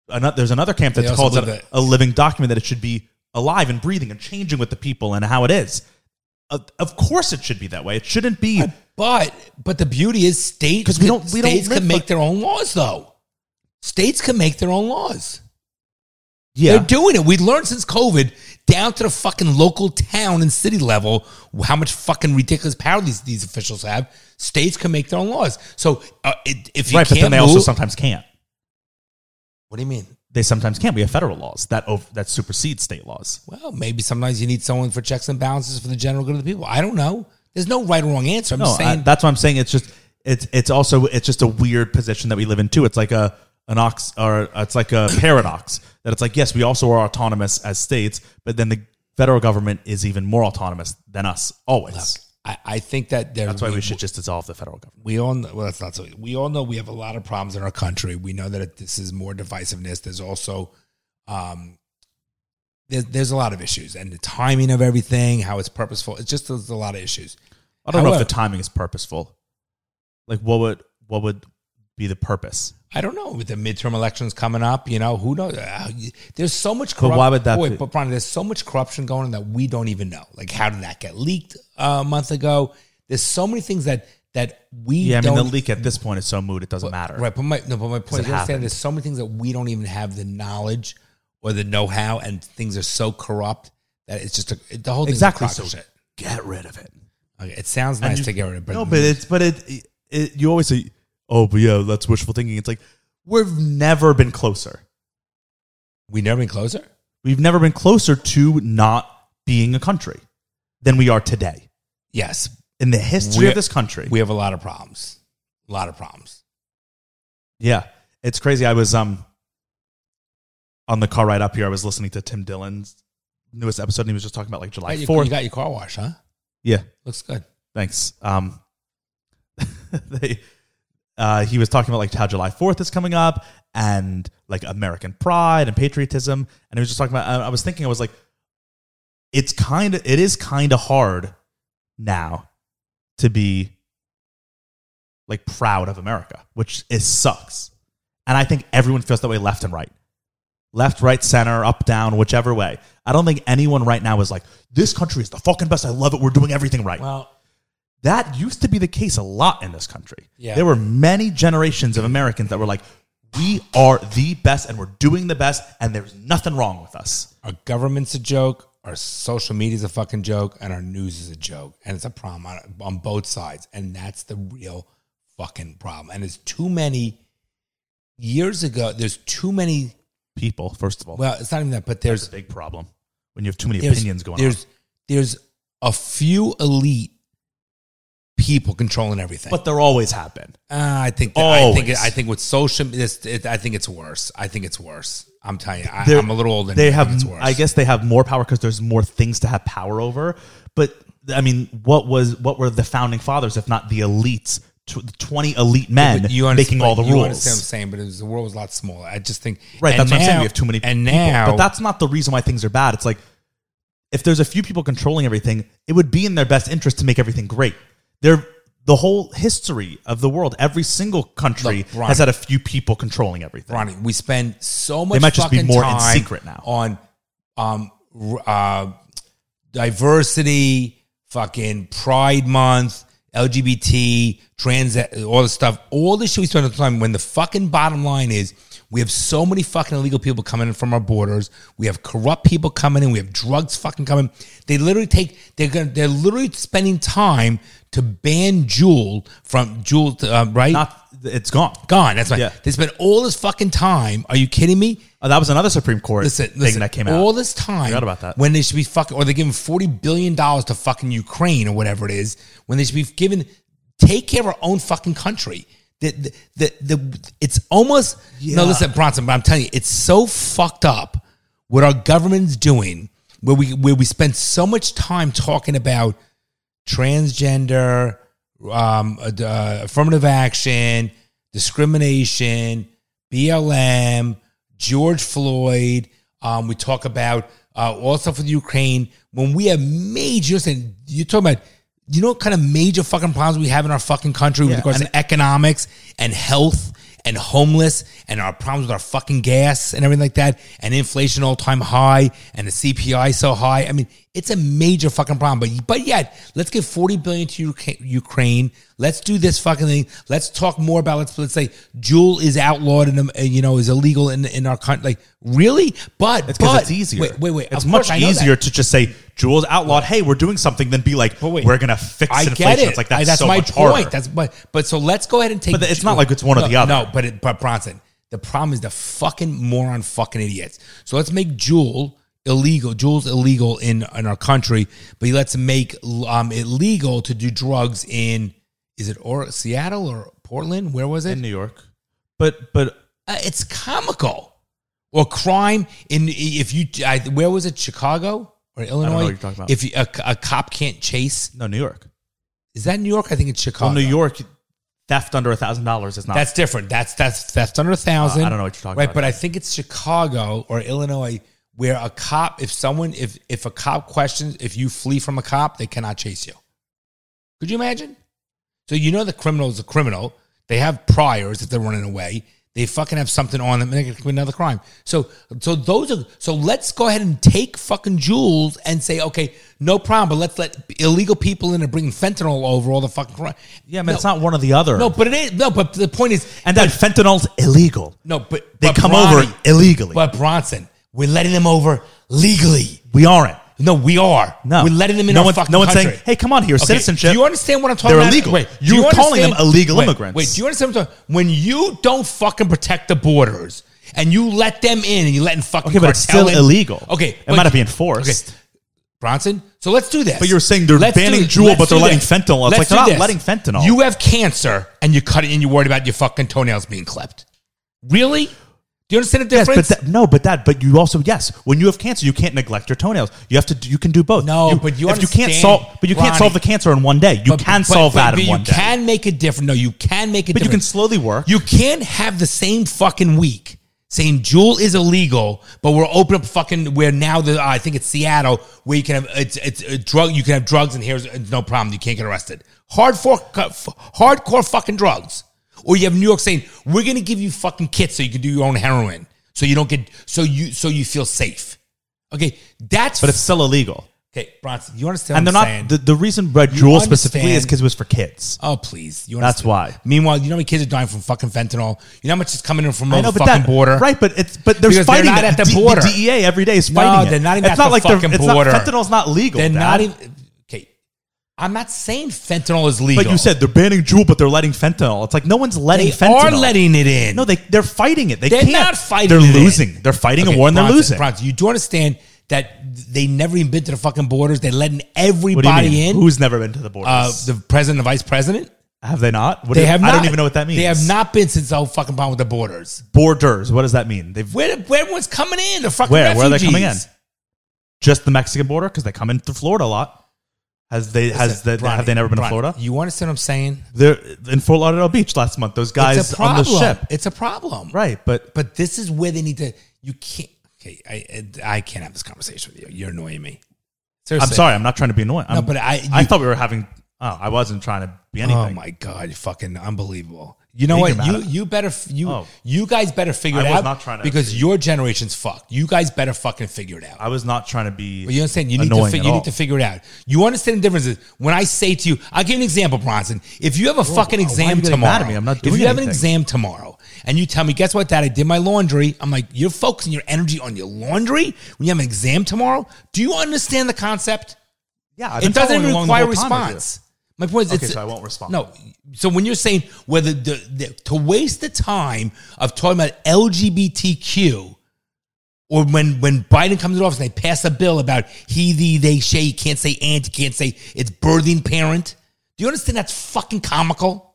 S3: Ano- there's another camp
S4: They
S3: that
S4: also
S3: calls
S4: live
S3: it
S4: it.
S3: a, living document that it should be alive and breathing and changing with the people and how it is. Of, of course, it should be that way. It shouldn't be.
S4: But but the beauty is states
S3: 'Cause we don't- we don't
S4: states
S3: live
S4: can make
S3: by-
S4: their own laws though. States can make their own laws.
S3: yeah,
S4: They're doing it. We learned since COVID down to the fucking local town and city level how much fucking ridiculous power these, these officials have. States can make their own laws. So uh, it, if you
S3: right. But
S4: can't
S3: then they
S4: move,
S3: also sometimes can't.
S4: what do you mean?
S3: They sometimes can't. We have federal laws that ov- that supersede state laws.
S4: Well, maybe sometimes you need someone for checks and balances for the general good of the people. I don't know. There's no right or wrong answer. I'm
S3: No,
S4: just
S3: I,
S4: saying
S3: that's what I'm saying. It's just it's it's also it's just a weird position that we live in too. It's like a an ox or it's like a paradox that it's like yes, we also are autonomous as states, but then the federal government is even more autonomous than us always.
S4: I, I think that there,
S3: that's why we, should just dissolve the federal government.
S4: we all know, well, that's not so. We all know we have a lot of problems in our country. We know that this is more divisiveness. There's also, um, there's, there's a lot of issues and the timing of everything, how it's purposeful. It's just there's a lot of issues.
S3: I don't know
S4: However-
S3: if the timing is purposeful. Like what would what would be the purpose?
S4: I don't know with the midterm elections coming up. You know who knows? Uh, you- There's so much.
S3: But
S4: corrup-
S3: why would that
S4: Boy,
S3: be-
S4: But Brian, there's so much corruption going on that we don't even know. Like how did that get leaked uh, a month ago? There's so many things that that we
S3: Yeah, I mean
S4: don't
S3: the leak at this point is so moot it doesn't matter.
S4: Right, but my no, but my point
S3: it
S4: is, you understand
S3: happened.
S4: there's so many things that we don't even have the knowledge or the know-how, and things are so corrupt that it's just a, it- the whole thing's
S3: Exactly.
S4: A crock of
S3: So
S4: shit.
S3: Get rid of it.
S4: Okay, it sounds
S3: And
S4: nice
S3: you-
S4: to get rid of, but
S3: no, but it's but it, it you always say, oh, but yeah, that's wishful thinking. It's like we've never been closer.
S4: we never been closer.
S3: We've never been closer to not being a country than we are today
S4: Yes,
S3: in the history
S4: We're-
S3: of this country.
S4: we have a lot of problems, a lot of problems.
S3: yeah, it's crazy. I was um on the car ride up here. I was listening to Tim Dillon's newest episode, and he was just talking about like July
S4: Right, you,
S3: Fourth.
S4: you got your car wash, huh?
S3: yeah,
S4: Looks good.
S3: Thanks. Um, they, uh, he was talking about like how July Fourth is coming up and like American pride and patriotism, and he was just talking about. I I was thinking, I was like, it's kind of, it is kind of hard now to be like proud of America, which is sucks, and I think everyone feels that way, left and right. Left, right, center, up, down, whichever way. I don't think anyone right now is like, this country is the fucking best. I love it. We're doing everything right
S4: Well,
S3: that used to be the case a lot in this country.
S4: Yeah.
S3: There were many generations of Americans that were like, We are the best and we're doing the best and there's nothing wrong with us.
S4: Our government's a joke. Our social media's a fucking joke, and our news is a joke, and it's a problem on, on both sides, and that's the real fucking problem. And it's too many years ago. There's too many.
S3: People, first of all,
S4: Well, it's not even that, but there's
S3: it's a big problem when you have too many
S4: there's-
S3: opinions going on.
S4: there's, There's a few elite people controlling everything.
S3: But there always have been.
S4: Uh, I think that, I think
S3: Always.
S4: I think with social this it, I think it's worse. I think it's worse. I'm telling you, I,
S3: They're-
S4: I'm a little older.
S3: They
S4: now. I
S3: have,
S4: think it's worse.
S3: I guess, they have more power because there's more things to have power over. But I mean, what was what were the founding fathers if not the elites, tw- twenty elite men
S4: But you understand-
S3: making all the
S4: you
S3: rules?
S4: Understand what I'm saying, but it was, the world was a lot smaller. I just think
S3: Right,
S4: and
S3: that's what I'm saying.
S4: now-
S3: We have too many
S4: and
S3: people.
S4: now
S3: but that's not the reason why things are bad. It's like if there's a few people controlling everything, it would be in their best interest to make everything great. They're the whole history of the world, every single country
S4: Look, Brian.
S3: has had a few people controlling everything.
S4: Ronnie, we spend so much.
S3: might just be
S4: fucking
S3: more in
S4: time
S3: secret now.
S4: on um r- uh, diversity, fucking Pride Month, LGBT, trans, all this stuff. All this shit we spend on time when the fucking bottom line is we have so many fucking illegal people coming in from our borders. We have corrupt people coming in. We have drugs fucking coming. They literally take. They're gonna. They're literally spending time to ban Jewel from Jewel. Uh, right.
S3: Not, it's gone.
S4: Gone. That's right.
S3: Yeah.
S4: They spent all this fucking time. Are you kidding me?
S3: Uh, that was another Supreme Court
S4: Listen,
S3: thing
S4: listen.
S3: that came out.
S4: all this time.
S3: Forgot about that.
S4: When they should be fucking, or they're giving forty billion dollars to fucking Ukraine or whatever it is. When they should be given, take care of our own fucking country. The the the, the it's almost no. Listen, Bronson, but I'm telling you, it's so fucked up what our government's doing. Where we where we spend so much time talking about transgender, um, uh, affirmative action, discrimination, BLM, George Floyd. Um, we talk about uh, all stuff with Ukraine. When we have major, and you're talking about, you know, what kind of major fucking problems we have in our fucking country with regards to economics and health and homeless and our problems with our fucking gas and everything like that and inflation all time high and the CPI so high. I mean, it's a major fucking problem. But but yet, let's give forty billion to Ukra- Ukraine. Let's do this fucking thing. Let's talk more about let's let's say Jewel is outlawed and um, uh, you know is illegal in in our country. Like really, but
S3: It's
S4: but
S3: because it's easier.
S4: Wait wait wait.
S3: It's
S4: Of
S3: much
S4: course, I know that.
S3: easier to just say Jules outlawed. Hey, we're doing something than be like,
S4: wait.
S3: we're gonna fix
S4: I
S3: inflation.
S4: get it.
S3: It's like
S4: I-
S3: that's, so
S4: my
S3: much
S4: point.
S3: harder.
S4: That's but but so let's go ahead and take.
S3: But it's not like it's one or
S4: No,
S3: the other.
S4: No, but it, but Bronson, the problem is the fucking moron, fucking idiots. So let's make Jewel illegal. Jewel's illegal in in our country, but let's make um it legal to do drugs in is it or Seattle or Portland? Where was it?
S3: New York. But but
S4: Uh, it's comical or crime in if you I, where was it Chicago or Illinois?
S3: what you're talking about.
S4: If you, a, a cop can't chase,
S3: no, New York.
S4: is that New York? I think it's Chicago.
S3: Well, New York theft under a thousand dollars is not.
S4: Uh, That's different. That's that's theft under a thousand.
S3: Uh, I don't know what you're talking
S4: right,
S3: about.
S4: But I think it's Chicago or Illinois where a cop, if someone, if if a cop questions, if you flee from a cop, they cannot chase you. Could you imagine? So you know the criminal is a criminal. They have priors if they're running away. They fucking have something on them and they can commit another crime. So so those are so let's go ahead and take fucking jewels and say, okay, no problem, but let's let illegal people in and bring fentanyl over all the fucking crime.
S3: yeah, I mean, it's not one or the other.
S4: No, but it is no, but the point is
S3: and then fentanyl's illegal.
S4: no, but
S3: They
S4: but
S3: come
S4: Bronny-
S3: over illegally.
S4: But Bronson, we're letting them over legally.
S3: we aren't.
S4: No, we are.
S3: No,
S4: we're letting them in.
S3: No
S4: our
S3: one's-
S4: fucking
S3: no one's saying,
S4: country.
S3: "Hey, come on here,
S4: Okay,
S3: citizenship."
S4: Do you understand what I'm talking
S3: They're
S4: about?
S3: illegal.
S4: Wait, do
S3: You're
S4: you
S3: calling them
S4: understand-
S3: illegal
S4: wait,
S3: immigrants.
S4: Wait, do you understand what I'm talking? When you don't fucking protect the borders and you let them in and you letting fucking
S3: Okay, but it's
S4: cartel
S3: still
S4: in-
S3: illegal.
S4: Okay,
S3: It
S4: but-
S3: might not be enforced.
S4: Okay. Bronson, so let's do this.
S3: But you were saying they're
S4: Let's do
S3: banning
S4: this.
S3: Juul,
S4: Let's
S3: but they're
S4: do
S3: letting
S4: this.
S3: fentanyl. It's like
S4: do
S3: they're not
S4: this.
S3: letting fentanyl.
S4: You have cancer and you cut it and you're worried about your fucking toenails being clipped. Really? Do you understand the
S3: Yes,
S4: difference?
S3: but that, no, but that, but you also yes. When you have cancer, you can't neglect your toenails. You have to. do- You can do both.
S4: No, but you
S3: if you can't
S4: understand,
S3: solve, but you can't
S4: Ronnie.
S3: solve the cancer in one day. You
S4: But-
S3: can
S4: but-
S3: solve
S4: but-
S3: that
S4: but
S3: in one
S4: you
S3: day.
S4: can make it different. No, you can make it
S3: but you can
S4: different.
S3: slowly work.
S4: You can't have the same fucking week saying Jewel is illegal, but we're open up fucking where now the I think it's Seattle where you can have it's it's a drug you can have drugs and here's it's no problem you can't get arrested. Hardcore hardcore fucking drugs. Or you have New York saying we're gonna give you fucking kits so you can do your own heroin so you don't get so you so you feel safe. Okay, that's
S3: but it's still illegal.
S4: Okay, Bronson, you understand?
S3: and
S4: what
S3: they're
S4: I'm
S3: not
S4: saying?
S3: the, the reason Red Jewel specifically is
S4: understand-
S3: because it was for kids.
S4: Oh please! You
S3: That's
S4: understand.
S3: why.
S4: Meanwhile, you know how many kids are dying from fucking fentanyl. You know how much is coming in from
S3: I
S4: over
S3: know,
S4: the
S3: but
S4: fucking
S3: that
S4: border.
S3: right? But it's but they're
S4: Because they're
S3: fighting
S4: not
S3: it.
S4: at the
S3: D-
S4: border.
S3: DEA every day is
S4: No,
S3: fighting. it.
S4: they're not even
S3: It's
S4: at
S3: not
S4: the
S3: like they're-
S4: fucking
S3: it's not-
S4: border.
S3: fentanyl's not legal.
S4: They're
S3: Dad.
S4: not even. Okay, I'm not saying fentanyl is legal.
S3: But you said they're banning Jewel, but they're letting fentanyl. It's like no one's letting
S4: they
S3: fentanyl.
S4: are letting it in.
S3: No, they they're fighting it. They
S4: They're
S3: can't.
S4: not fighting
S3: They're
S4: it in.
S3: losing. They're fighting a war and they're
S4: Bronson,
S3: losing.
S4: Bronson, you do understand that they never even been to the fucking borders. They're letting
S3: What do you mean?
S4: everybody in.
S3: Who's never been to the
S4: uh,
S3: borders?
S4: the president, the vice president.
S3: have they not? What
S4: They
S3: do-
S4: have.
S3: I
S4: Not,
S3: don't even know what that means.
S4: They have not been since the whole fucking problem with the borders.
S3: borders. What does that mean? They've
S4: Where, where everyone's coming in? The fucking
S3: where where are they
S4: refugees.
S3: coming in? Just the Mexican border because they come into Florida a lot. Has they has
S4: Listen,
S3: the, have they never been to
S4: Bronny,
S3: Florida?
S4: You understand what I'm saying?
S3: They're in Fort Lauderdale Beach last month. Those guys
S4: it's a
S3: on
S4: problem.
S3: the ship,
S4: It's a problem.
S3: right? But
S4: But this is where they need to. You can't. Okay, I I I can't have this conversation with you. You're annoying me. Seriously.
S3: I'm sorry, I'm not trying to be annoying.
S4: No,
S3: I'm-
S4: but I.
S3: I
S4: you-
S3: thought we were having. Oh, I wasn't trying to be
S4: Oh
S3: anything.
S4: my god! You're fucking unbelievable. You know
S3: Think
S4: what? You
S3: about it.
S4: you better f- you
S3: Oh.
S4: you guys better figure
S3: I
S4: it
S3: was
S4: out
S3: not trying to-
S4: because your generation's fucked. You guys better fucking figure it out.
S3: I was not trying to be.
S4: But you understand? You need to
S3: annoying
S4: fi-
S3: at
S4: you
S3: all.
S4: need to figure it out. You understand the differences. When I say to you, I'll give you an example, Bronson. If you have a fucking
S3: why are you
S4: exam
S3: getting
S4: tomorrow,
S3: mad at me? I'm not
S4: if
S3: doing
S4: you have an
S3: anything.
S4: exam tomorrow, and you tell me, guess what, Dad? I did my laundry. I'm like, you're focusing your energy on your laundry when you have an exam tomorrow. Do you understand the concept?
S3: Yeah, I've
S4: it
S3: been
S4: doesn't
S3: following
S4: even
S3: along the
S4: require a
S3: whole time with you.
S4: response. My point is,
S3: Okay,
S4: it's-
S3: so I won't respond.
S4: No, so when you're saying whether the, the, to waste the time of talking about LGBTQ, or when when Biden comes to office and they pass a bill about he, the, they, she, you can't say aunt, you can't say it's birthing parent. Do you understand that's fucking comical?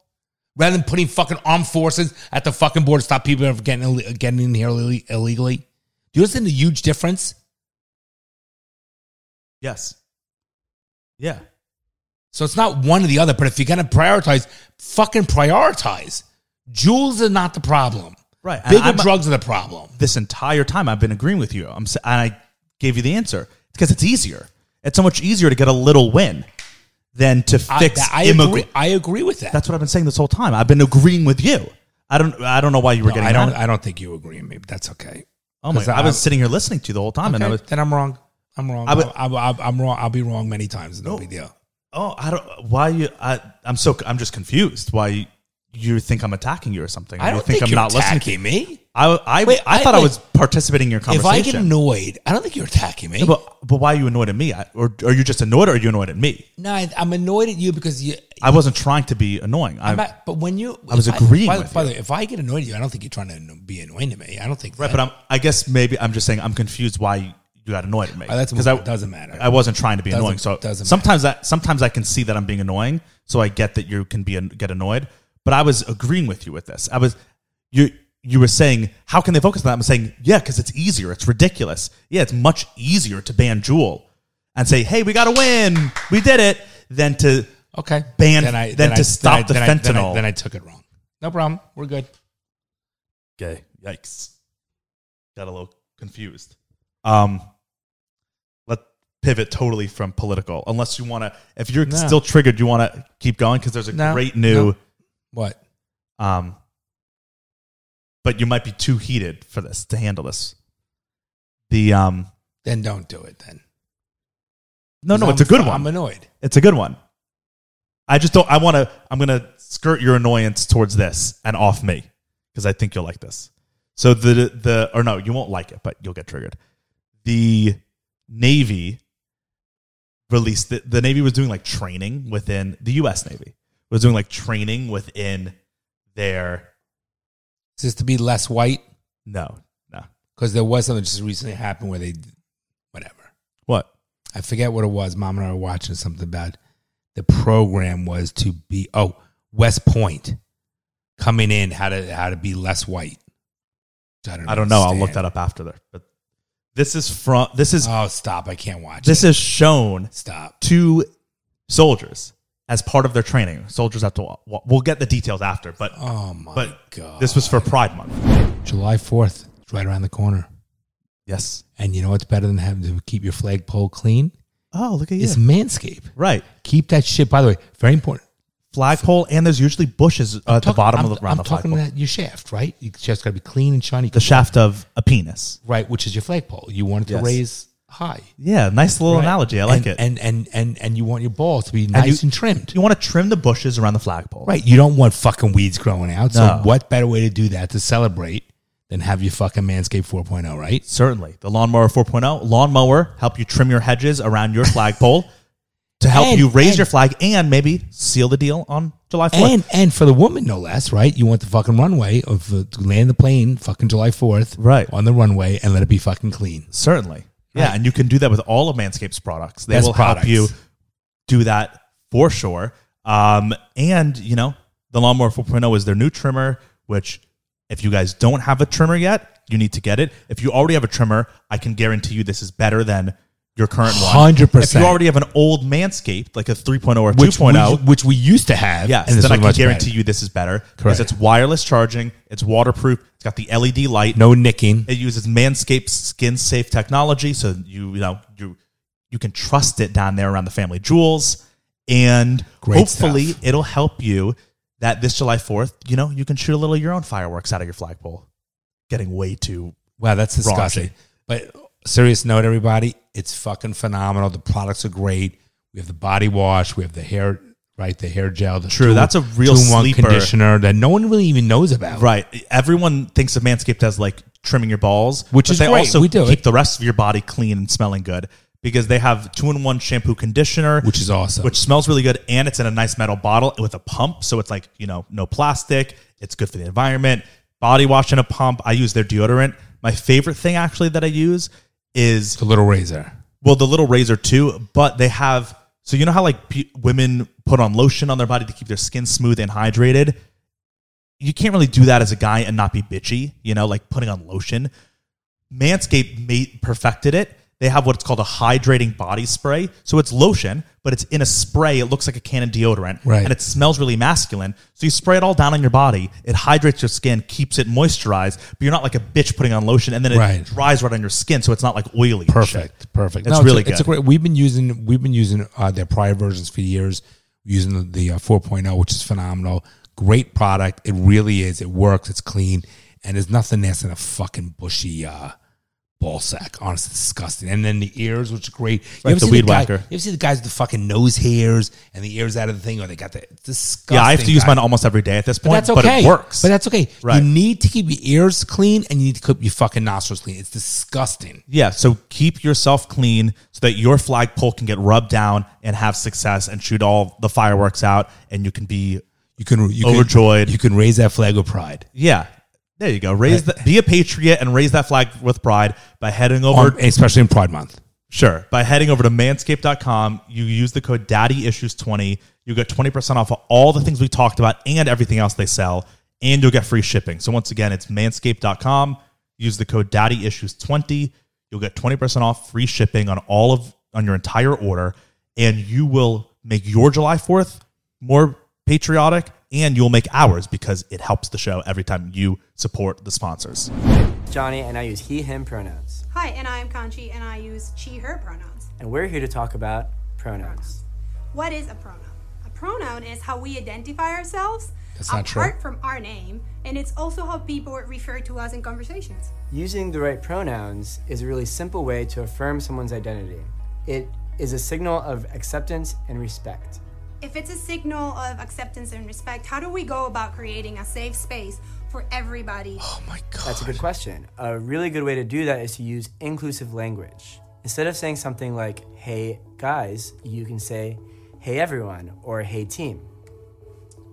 S4: Rather than putting fucking armed forces at the fucking border to stop people from getting Ill- getting in here Ill- illegally. Do you understand the huge difference?
S3: Yes. Yeah.
S4: So it's not one or the other, but if you're going to prioritize, fucking prioritize. Jewels are not the problem.
S3: Right. And
S4: Bigger
S3: I'm-
S4: drugs are the problem.
S3: This entire time I've been agreeing with you. I'm s- and I gave you the answer because it's easier. It's so much easier to get a little win than to fix
S4: I, I,
S3: immigr-
S4: agree, I agree with that.
S3: That's what I've been saying this whole time. I've been agreeing with you. I don't. I don't know why you were
S4: No,
S3: getting.
S4: I don't,
S3: mad.
S4: I don't think you agree with me, but that's okay.
S3: oh my!
S4: 'cause
S3: I,
S4: I-
S3: was sitting here listening to you the whole time, and I
S4: Okay,
S3: was.
S4: then I'm wrong. I'm wrong. I
S3: I would-
S4: I, I, am wrong. I'll be wrong many times. No big deal.
S3: Oh, I don't. Why you? I, I'm so. I'm just confused. Why you, you think I'm attacking you or something?
S4: I
S3: You
S4: don't think,
S3: I'm
S4: you're
S3: not listening to you.
S4: attacking me.
S3: I. I,
S4: Wait,
S3: I,
S4: I-
S3: thought I
S4: like,
S3: was participating in your
S4: If
S3: conversation.
S4: I get annoyed, I don't think you're attacking me.
S3: But but why are you annoyed at me? I, or are you just annoyed? or Are you annoyed at me?
S4: no, I, I'm annoyed at you because you.
S3: I wasn't trying to be annoying. I,
S4: I'm not, but when you,
S3: I was
S4: if
S3: agreeing
S4: by,
S3: with
S4: by
S3: you.
S4: the way, if I get annoyed at you, I don't think you're trying to be annoying to me. I don't think
S3: right,
S4: that.
S3: but I'm. I guess maybe I'm just saying I'm confused why you got annoyed at me.
S4: Oh, that's
S3: because
S4: it doesn't matter.
S3: I wasn't trying to be
S4: Doesn't-
S3: annoying. So
S4: doesn't matter.
S3: sometimes I sometimes I can see that I'm being annoying. So I get that you can be get annoyed. But I was agreeing with you with this. I was you you were saying how can they focus on that? I'm saying yeah, because it's easier. It's ridiculous. Yeah, it's much easier to ban Jewel and say hey, we got to win, we did it, than to
S4: Okay.
S3: Ban- then to stop the
S4: I- then I-
S3: fentanyl.
S4: then I took it wrong. No problem. We're good.
S3: Okay. Yikes. Got a little confused. Um, let pivot totally from political. Unless you want to, if you're
S4: No.
S3: still triggered, you want to keep going because there's a
S4: No,
S3: great new.
S4: What?
S3: Um, but you might be too heated for this to handle this. The um,
S4: Then don't do it then.
S3: no, no,
S4: I'm
S3: it's a good
S4: fu- I'm
S3: one.
S4: annoyed.
S3: It's a good one. I just don't. I want to. I'm gonna skirt your annoyance towards this and off me because I think you'll like this. So the the or no, you won't like it, but you'll get triggered. The Navy released the, the Navy was doing like training within the U.S. Navy was doing like training within their
S4: Is this to be less white?
S3: no no
S4: Because there was something just recently happened where they, whatever.
S3: what
S4: I forget what it was. Mom and I were watching something about the program was to be oh West Point coming in how to how to be less white. I don't.
S3: I don't know. I'll look that up after there. But this is from this is
S4: Oh, stop! I can't watch
S3: this
S4: it.
S3: is shown
S4: stop.
S3: to soldiers as part of their training. Soldiers have to. wa- wa- We'll get the details after, but
S4: Oh my
S3: but
S4: god!
S3: this was for Pride Month.
S4: July fourth. It's right around the corner.
S3: Yes.
S4: And you know what's better than having to keep your flagpole clean?
S3: Oh, look at
S4: It's Manscaped.
S3: Right,
S4: Keep that shit. By the way, very important.
S3: flagpole, and there's usually bushes uh, at the
S4: Talk-
S3: bottom
S4: I'm,
S3: of the round
S4: I'm
S3: the
S4: talking
S3: flagpole.
S4: about your shaft, right? Your shaft's got to be clean and shiny.
S3: The shaft of a penis.
S4: right, which is your flagpole. You want it to
S3: Yes.
S4: raise high.
S3: Yeah, nice little
S4: Right?
S3: analogy. I like
S4: and,
S3: it.
S4: And and and and you want your balls to be nice
S3: you-
S4: and, trimmed.
S3: you want to trim the bushes around the flagpole.
S4: Right. You don't want fucking weeds growing out.
S3: No.
S4: So what better way to do that to celebrate than have your fucking Manscaped 4.0, right?
S3: Certainly. The Lawnmower 4.0. Lawnmower help you trim your hedges around your flagpole to help
S4: And-
S3: you raise
S4: and-
S3: your flag and maybe seal the deal on July 4th.
S4: And and for the woman, no less, right? You want the fucking runway of uh, to land the plane fucking July 4th
S3: Right.
S4: on the runway and let it be fucking clean.
S3: Certainly. Yeah, and you can do that with all of Manscaped's products. They
S4: Best
S3: will
S4: products.
S3: help you do that for sure. Um, and, you know, the Lawnmower 4.0 is their new trimmer, which if you guys don't have a trimmer yet, you need to get it. If you already have a trimmer, I can guarantee you this is better than your current one.
S4: 100%.
S3: If you already have an old Manscaped, like a 3.0 or
S4: Which
S3: 2.0,
S4: we, which we used to have.
S3: Yes,
S4: this
S3: then I
S4: was
S3: can
S4: much
S3: guarantee
S4: better.
S3: you this is better
S4: Correct.
S3: because it's wireless charging, it's waterproof, it's got the LED light.
S4: No nicking.
S3: It uses Manscaped skin safe technology, so you you know you you can trust it down there around the family jewels, and
S4: Great
S3: hopefully
S4: stuff.
S3: it'll help you that this July Fourth, you know, you can shoot a little of your own fireworks out of your flagpole. Getting way too
S4: Wow, that's disgusting.
S3: Raunchy.
S4: But serious note, everybody, it's fucking phenomenal. The products are great. We have the body wash, we have the hair, right? The hair gel. The
S3: True, that's a real
S4: two-in-one
S3: sleeper.
S4: conditioner that no one really even knows about.
S3: right. Everyone thinks of Manscaped as like trimming your balls,
S4: Which
S3: but
S4: is
S3: they
S4: great.
S3: also
S4: We do
S3: keep
S4: it.
S3: the rest of your body clean and smelling good because they have two in one shampoo conditioner,
S4: which is awesome.
S3: which smells really good and it's in a nice metal bottle with a pump so it's like you know no plastic it's good for the environment body wash and a pump i use their deodorant my favorite thing actually that i use is
S4: the little razor.
S3: well the little razor too but they have so you know how like pe women put on lotion on their body to keep their skin smooth and hydrated you can't really do that as a guy and not be bitchy you know like putting on lotion Manscaped made, perfected it. They have what's called a hydrating body spray. So it's lotion, but it's in a spray. It looks like a can of deodorant.
S4: Right.
S3: And it smells really masculine. So you spray it all down on your body. It hydrates your skin, keeps it moisturized, but you're not like a bitch putting on lotion and then it
S4: Right.
S3: dries right on your skin. So it's not like oily. and shit.
S4: Perfect, perfect.
S3: It's really
S4: a, It's a
S3: good.
S4: great. We've been using we've been using uh, their prior versions for years, using the, the uh, 4.0, which is phenomenal. Great product. It really is. It works. It's clean, and there's nothing nasty than a fucking bushy uh, ball sack. Honestly, disgusting. And then the ears, which is great. You
S3: Right, the
S4: seen
S3: weed
S4: guy-
S3: whacker.
S4: You ever see the guys with the fucking nose hairs and the ears out of the thing, or they got the it's disgusting.
S3: Yeah, I have to use
S4: guys.
S3: mine almost every day at this
S4: But
S3: point,
S4: that's okay.
S3: but it works.
S4: But that's okay.
S3: Right.
S4: You need to keep your ears clean, and you need to keep your fucking nostrils clean. It's disgusting.
S3: yeah, so keep yourself clean so that your flagpole can get rubbed down and have success and shoot all the fireworks out and you can be
S4: You can you
S3: Overjoyed.
S4: Can, you can raise that flag with pride.
S3: Yeah. There you go. Raise the, be a patriot and raise that flag with pride by heading over
S4: On- especially in Pride Month.
S3: sure by heading over to manscaped.com. You use the code daddyissues20. You get 20% off of all the things we talked about and everything else they sell and you'll get free shipping. So once again, it's manscaped.com. Use the code daddyissues20. You'll get 20% off free shipping on all of on your entire order and you will make your July 4th more patriotic and you'll make ours because it helps the show every time you support the sponsors.
S5: Johnny, and I use he, him pronouns.
S6: Hi, and I am Conchi, and I use she, her pronouns.
S5: And we're here to talk about pronouns.
S6: What is a pronoun? A pronoun is how we identify ourselves
S4: That's not
S6: apart
S4: true.
S6: from our name, and it's also how people refer to us in conversations.
S5: Using the right pronouns is a really simple way to affirm someone's identity. It is a signal of acceptance and respect.
S6: If it's a signal of acceptance and respect, how do we go about creating a safe space for everybody?
S4: Oh my god.
S5: That's a good question. A really good way to do that is to use inclusive language. Instead of saying something like, hey guys, you can say, hey everyone, or hey team.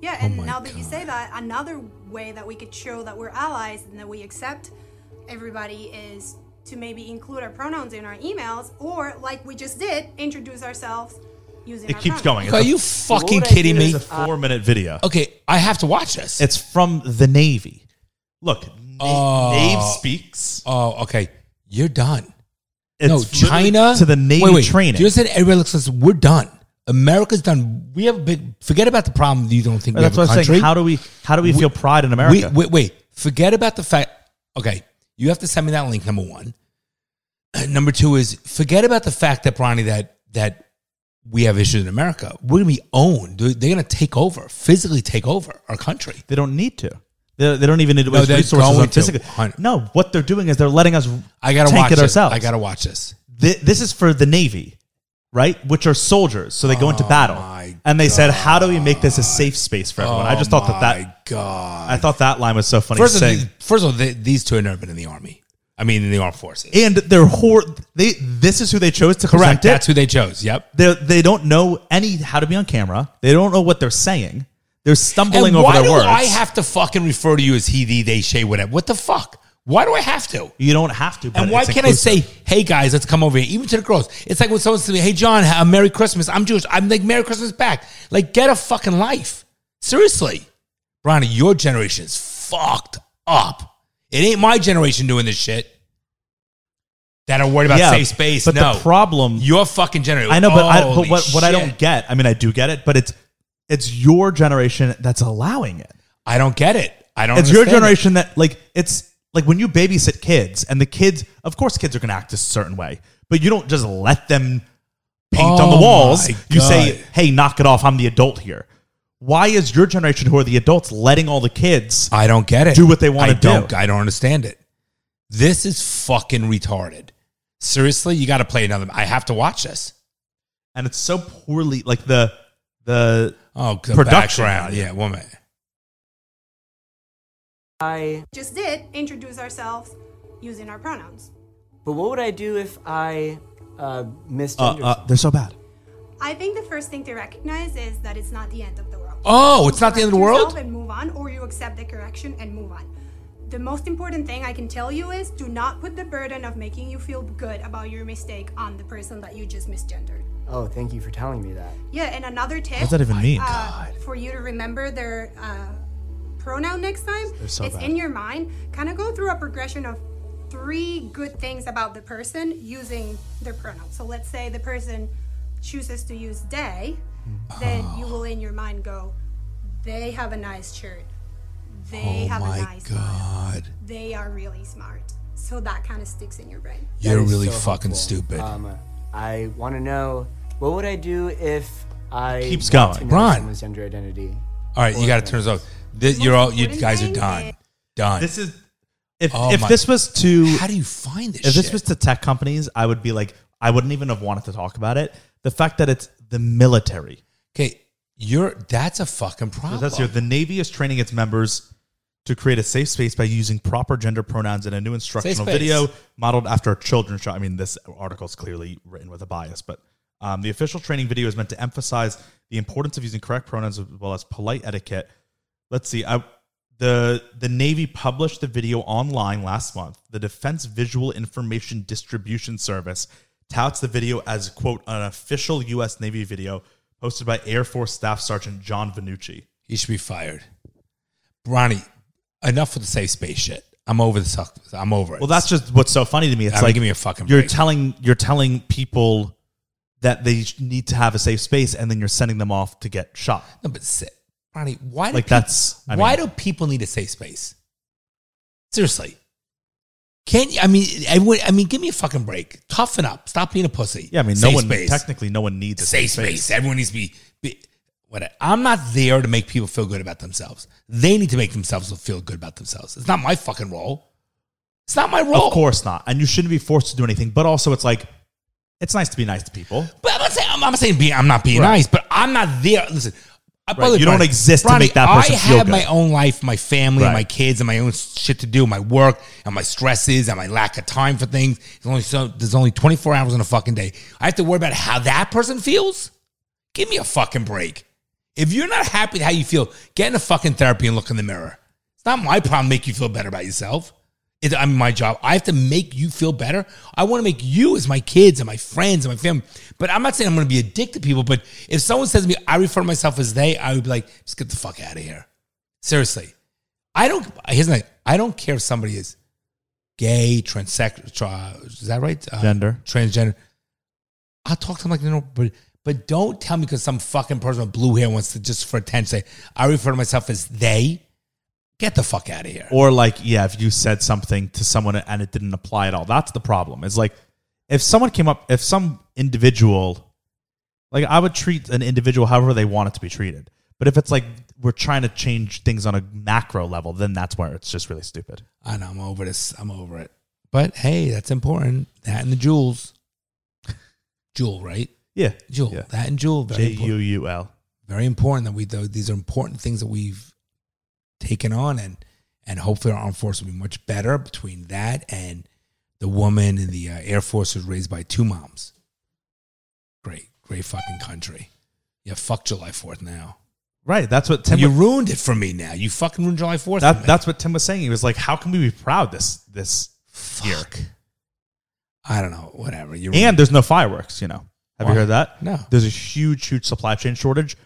S6: Yeah, and
S4: my
S6: now that you say that, another way that we could show that we're allies and that we accept everybody is to maybe include our pronouns in our emails or, like we just did, introduce ourselves using
S3: It
S6: our
S3: keeps
S6: pronouns.
S3: going.
S4: Are
S3: It's
S4: you fucking
S5: What would I
S4: kidding
S5: do
S4: me?
S5: is
S3: a four minute video.
S4: okay, I have to watch this.
S3: It's from the Navy. Look, Na-
S4: Oh.
S3: Nave speaks.
S4: oh, okay. You're done.
S3: It's
S4: no,
S3: literally
S4: China
S3: to the Navy
S4: Wait, wait.
S3: training.
S4: You just said everybody looks. Like, we're done. America's done. We have a big. Forget about the problem. that You don't think we
S3: That's
S4: have
S3: what
S4: a
S3: I'm
S4: country.
S3: saying. How do we how do we, feel pride in America?
S4: Wait, wait, wait. Forget about the fact. Okay, you have to send me that link. Number one. Uh, Number two is forget about the fact that Bronny that that we have issues in America. We're gonna be owned. They're they're gonna take over, physically take over our country.
S3: they don't need to. They, they don't even need to
S4: No,
S3: waste
S4: they're
S3: resources
S4: going
S3: on
S4: to.
S3: physical.
S4: Hun-
S3: No, what they're doing is they're letting us
S4: I gotta
S3: tank
S4: watch
S3: it
S4: this.
S3: ourselves.
S4: I gotta watch this.
S3: Thi- this is for the Navy, right? Which are soldiers, so they go into battle,
S4: Oh my Oh
S3: and they said, "How do we make this a safe space for everyone?" I just thought that that
S4: My God.
S3: I thought that line was so funny.
S4: First of,
S3: saying-
S4: all, first of all, th these two have never been in the army. I mean, in the armed forces.
S3: and they're hor- they this is who they chose to correct it.
S4: That's who they chose. Yep.
S3: they they don't know any how to be on camera. They don't know what they're saying. They're stumbling
S4: And
S3: over
S4: why
S3: their
S4: do
S3: words.
S4: I have to fucking refer to you as he, thee, they, she, whatever? What the fuck? Why do I have to?
S3: you don't have to. But
S4: And why
S3: it's
S4: can't I
S3: inclusive.
S4: say, "Hey guys, let's come over here"? Even to the girls, it's like when someone says to me, "Hey John, ha- uh, Merry Christmas." I'm Jewish. I'm like, "Merry Christmas back." Like, get a fucking life. Seriously, Bronny, your generation is fucked up. It ain't my generation doing this shit that are worried about
S3: Yeah,
S4: safe space.
S3: But
S4: no
S3: the problem,
S4: your fucking generation.
S3: I know, but I, but
S4: Holy
S3: what what I don't
S4: shit.
S3: get. I mean, I do get it, but it's it's your generation that's allowing it.
S4: I don't get it. I don't.
S3: it's your
S4: understand it.
S3: generation that like it's like when you babysit kids and the kids of course kids are going to act a certain way but you don't just let them paint on
S4: Oh
S3: the walls
S4: my
S3: you say
S4: God.
S3: hey knock it off i'm the adult here why is your generation who are the adults letting all the kids
S4: I don't get it.
S3: do what they wanna
S4: I don't,
S3: do.
S4: I don't understand it. This is fucking retarded. Seriously, you got to play another. I have to watch this.
S3: and it's so poorly like the the
S4: Oh, the
S3: Production
S4: background.
S3: value.
S4: Yeah, woman.
S5: I.
S6: Just did introduce ourselves using our pronouns.
S5: But what would I do if I uh, misgendered?
S3: uh, uh, they're so bad
S6: I think the first thing to recognize is that it's not the end of the world.
S4: Oh, it's not the end of the
S6: Correct yourself
S4: world.
S6: And move on, or you accept the correction and move on. The most important thing I can tell you is do not put the burden of making you feel good about your mistake on the person that you just misgendered.
S5: oh, thank you for telling me that.
S6: Yeah, and another tip.
S3: what does that even mean
S6: uh, for you to remember their uh, pronoun next time.
S3: so
S6: it's
S3: bad.
S6: in your mind. Kind of go through a progression of three good things about the person using their pronoun. So let's say the person chooses to use they, then you will in your mind go, they have a nice shirt. They have a nice smile.
S4: Oh God,
S6: They are really smart. So that kind of sticks in your brain.
S4: you're
S5: That is
S4: really
S5: so
S4: fucking
S5: helpful.
S4: stupid,
S5: Um, I want to know what would I do if I
S3: Keeps
S5: want
S3: going.
S5: to know
S4: Brian.
S5: someone's gender identity.
S4: All right, you got to turn this off. This, you're all. You
S6: important
S4: guys are
S6: thing
S4: done.
S6: is-
S4: Done.
S3: this is if,
S4: Oh
S3: if
S4: my-
S3: this was to
S4: How do you find this?
S3: if this
S4: shit?
S3: was to tech companies i would be like i wouldn't even have wanted to talk about it the fact that it's the military
S4: okay, you're. That's a fucking problem.
S3: That's here. The Navy is training its members to create a safe space by using proper gender pronouns in a new instructional
S4: space.
S3: video modeled after a children's show. I mean, this article is clearly written with a bias, but um, the official training video is meant to emphasize the importance of using correct pronouns as well as polite etiquette. Let's see. I, the The Navy published the video online last month. The Defense Visual Information Distribution Service touts the video as quote an official U.S. Navy video posted by Air Force Staff Sergeant John Venucci.
S4: He should be fired. Bronny, enough with the safe space shit. I'm over the suck. I'm over it.
S3: Well, that's just what's so funny to me. It's
S4: I mean,
S3: like
S4: give me a fucking
S3: You're
S4: break.
S3: telling you're telling people that they sh- need to have a safe space, and then you're sending them off to get shot.
S4: no, but si- Bronny, why do
S3: Like,
S4: peop-
S3: that's- I
S4: why
S3: mean-
S4: do people need a safe space? Seriously, can't you? I mean, everyone. I mean, give me a fucking break. Toughen up. Stop being a pussy.
S3: Yeah, I mean, no
S4: Safe
S3: one
S4: space.
S3: technically no one needs a
S4: safe space. Everyone needs to be. be what I'm not there to make people feel good about themselves. They need to make themselves feel good about themselves. It's not my fucking role. It's not my role.
S3: Of course not, and you shouldn't be forced to do anything. But also, it's like it's nice to be nice to people.
S4: But I'm not saying I'm, I'm saying being, I'm not being
S3: Right.
S4: nice, but I'm not there. Listen, I- by
S3: Right,
S4: the way,
S3: you don't exist to make that person
S4: I
S3: feel
S4: have
S3: good.
S4: my own life, my family, and
S3: Right.
S4: my kids, and my own shit to do, my work, and my stresses, and my lack of time for things. There's only so there's only 24 hours in a fucking day. I have to worry about how that person feels. Give me a fucking break. If you're not happy with how you feel, get in a fucking therapy and look in the mirror. It's not my problem to make you feel better about yourself. It's I mean, my job. I have to make you feel better. I want to make you as my kids and my friends and my family. But I'm not saying I'm going to be a dick to people. But if someone says to me, I refer to myself as they, I would be like, just get the fuck out of here. Seriously. I don't, here's the thing. I don't care if somebody is gay, transsexual, tra, is that right? Uh,
S3: Gender.
S4: Transgender. I'll talk to them like, you know, but, but don't tell me because some fucking person with blue hair wants to just for attention say, I refer to myself as they. Get the fuck out of here.
S3: Or like, yeah, if you said something to someone and it didn't apply at all, that's the problem. It's like if someone came up, if some individual, like I would treat an individual however they want it to be treated. But if it's like we're trying to change things on a macro level, then that's where it's just really stupid.
S4: I know I'm over this. I'm over it. But hey, that's important. That and the jewels. Jewel, right?
S3: Yeah.
S4: Jewel.
S3: Yeah.
S4: That and Jewel.
S3: J
S4: Very,
S3: U
S4: important.
S3: U L.
S4: very important that we, though, these are important things that we've taken on and, and hopefully our armed force will be much better between that and the woman in the uh, Air Force was raised by two moms. Great, great fucking country. Yeah, fuck July 4th now.
S3: Right. That's what Tim.
S4: And you
S3: was-
S4: ruined it for me now. You fucking ruined July 4th. for
S3: that,
S4: me.
S3: that's what Tim was saying. He was like, "How can we be proud this this year?"
S4: Fuck. I don't know. Whatever. You
S3: And there's no fireworks. You know.
S4: Mm-hmm.
S3: Have
S4: Why?
S3: you heard that?
S4: No.
S3: There's a huge, huge supply chain shortage.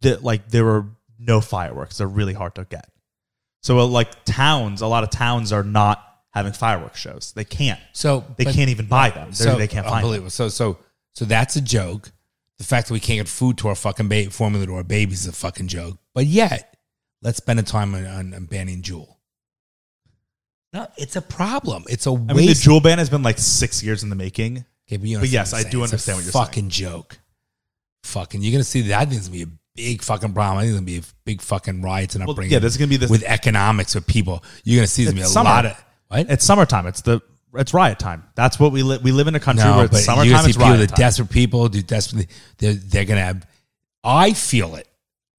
S3: That like there were no fireworks. They're really hard to get. So uh, like towns, a lot of towns are not having fireworks shows. They can't.
S4: so
S3: They
S4: but-
S3: can't even buy them. They're-
S4: So,
S3: they can't find them.
S4: unbelievable. So so so that's a joke. The fact that we can't get food to our fucking ba- formula to our babies is a fucking joke. But yet, let's spend a time on, on, on banning Jewel. No, it's a problem. It's a waste.
S3: I mean, the jewel ban has been like six years in the making.
S4: Okay, but, you
S3: But yes,
S4: understand what I'm saying.
S3: I do
S4: It's a
S3: understand what you're saying.
S4: fucking joke. Fucking, you're gonna see that. I think it's gonna be a big fucking problem. I think it's gonna be a big fucking riots and
S3: Well,
S4: upbringing.
S3: yeah, there's gonna be this-
S4: with economics with people. You're gonna see there's gonna be a
S3: It's summer.
S4: lot of what?
S3: It's summertime. It's the it's riot time. That's what we live. We live in a country where it's
S4: you're gonna
S3: summertime.
S4: see
S3: It's
S4: people,
S3: riot
S4: the
S3: time.
S4: desperate people, do desperately. They're they're gonna have. I feel it.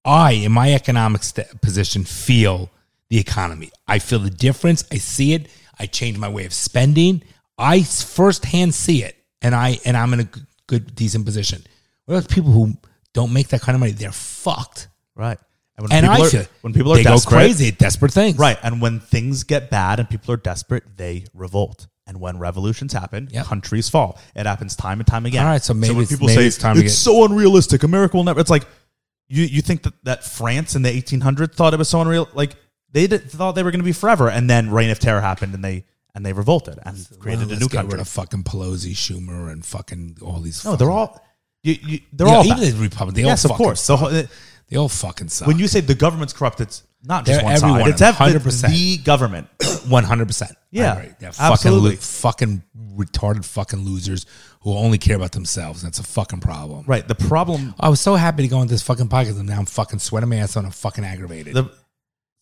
S4: I, in my economic st- position, feel the economy. I feel the difference. I see it. I change my way of spending. I s- firsthand see it, and I and I'm in a g- good, decent position. What about people who don't make that kind of money? They're fucked.
S3: Right. And when
S4: and
S3: people
S4: I
S3: are,
S4: feel
S3: when people are
S4: they
S3: desperate,
S4: go crazy, at desperate things.
S3: Right. And when things get bad and people are desperate, they revolt. And when revolutions happen,
S4: Yep.
S3: countries fall. It happens time and time again.
S4: All right, so maybe
S3: when
S4: it's- maybe it's time to get-
S3: so unrealistic. America will never. It's like you you think that that France in the 1800s thought it was so unreal. Like they did, thought they were going to be forever, and then Reign of Terror happened, and they and they revolted and created a
S4: Let's
S3: new
S4: get rid
S3: country.
S4: of fucking Pelosi, Schumer, and fucking all these.
S3: No, they're
S4: fucking-
S3: all. You, you, they're
S4: Yeah,
S3: all
S4: even
S3: bad.
S4: the Republic. They all
S3: yes, of
S4: fucking
S3: course. The whole-
S4: They all fucking suck.
S3: when you say the government's corrupt, it's not just
S4: They're
S3: one
S4: everyone,
S3: side. It's ev-
S4: 100%.
S3: the government.
S4: one hundred percent,
S3: Yeah,
S4: yeah, fucking,
S3: absolutely.
S4: lo- fucking retarded, fucking losers who only care about themselves. That's a fucking problem.
S3: Right. The problem
S4: I was so happy to go on this fucking podcast, and now I'm fucking sweating my ass on. I'm fucking aggravated.
S3: The,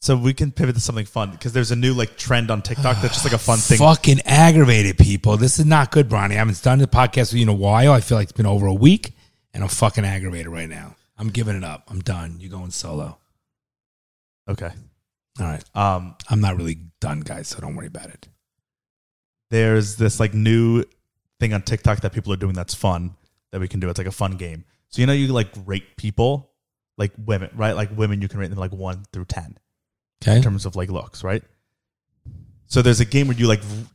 S3: so we can pivot to something fun because there's a new like trend on TikTok that's just like a fun thing.
S4: Fucking aggravated people. This is not good, Bronny. I haven't done the podcast with you in a while. I feel like it's been over a week, and I'm fucking aggravated right now. I'm giving it up. I'm done. You're going solo.
S3: Okay.
S4: All right.
S3: Um,
S4: I'm not really done, guys. So don't worry about it.
S3: there's this like new thing on TikTok that people are doing that's fun that we can do. It's like a fun game. So you know you like rate people, like women, right? Like women, you can rate them like one through ten in
S4: Okay.
S3: terms of like looks, right? So there's a game where you like v-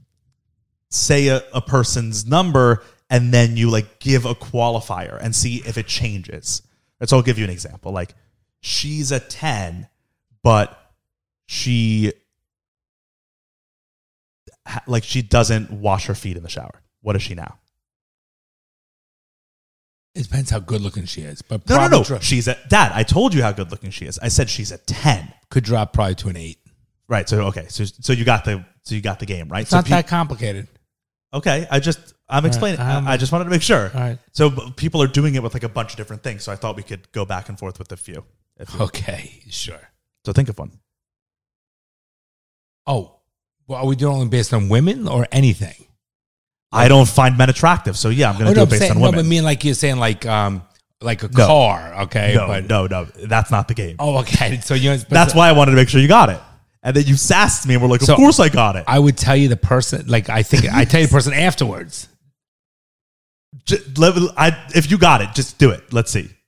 S3: say a, a person's number and then you like give a qualifier and see if it changes. And so I'll give you an example. Like she's a 10, but she ha- like she doesn't wash her feet in the shower. What is she now?
S4: It depends how good looking she is, but
S3: No, no,
S4: probably
S3: no.
S4: dro-
S3: She's a dad. I told you how good looking she is. I said she's a 10.
S4: could drop probably to an eight.
S3: Right. So okay. So so you got the so you got the game, right?
S4: It's
S3: so
S4: not
S3: pe-
S4: that complicated.
S3: Okay, I just I'm explaining.
S4: right, um,
S3: I, I just wanted to make sure.
S4: all right.
S3: So b- people are doing it with like a bunch of different things. So I thought we could go back and forth with a few. If you-
S4: Okay, sure.
S3: So think of one.
S4: Oh, well, are we doing only based on women or anything?
S3: I don't find men attractive, so yeah, I'm going to
S4: oh,
S3: do
S4: no,
S3: it based
S4: saying,
S3: on
S4: no,
S3: women.
S4: but I mean, like you're saying, like um, like a
S3: No.
S4: car. Okay,
S3: no,
S4: but,
S3: no, no, that's not the game.
S4: Oh, okay. So you.
S3: that's why I wanted to make sure you got it. And then you sassed me, and we're like,
S4: So-
S3: of course I got it.
S4: I would tell you the person. Like I think I tell you the person afterwards.
S3: J- let- I- if you got it, just do it. Let's see.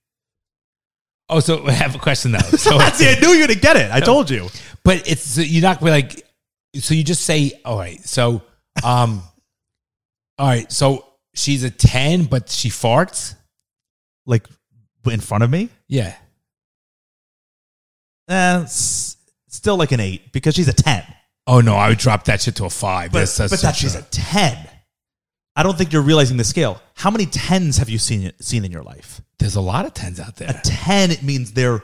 S4: Oh, so I have a question though. So,
S3: See, I knew you were going to get it. I told you.
S4: but it's so you're not gonna be like. So you just say, all right. So, um, all right. So she's a ten, but she farts.
S3: Like in front of me,
S4: Yeah.
S3: eh, s- still like an eight because she's a ten.
S4: Oh no, I would drop that shit to a five.
S3: But,
S4: That's- that's
S3: but
S4: so
S3: that she's
S4: true.
S3: a 10. I don't think you're realizing the scale. How many 10s have you seen, seen in your life?
S4: There's a lot of tens out
S3: A
S4: there.
S3: 10 it means they're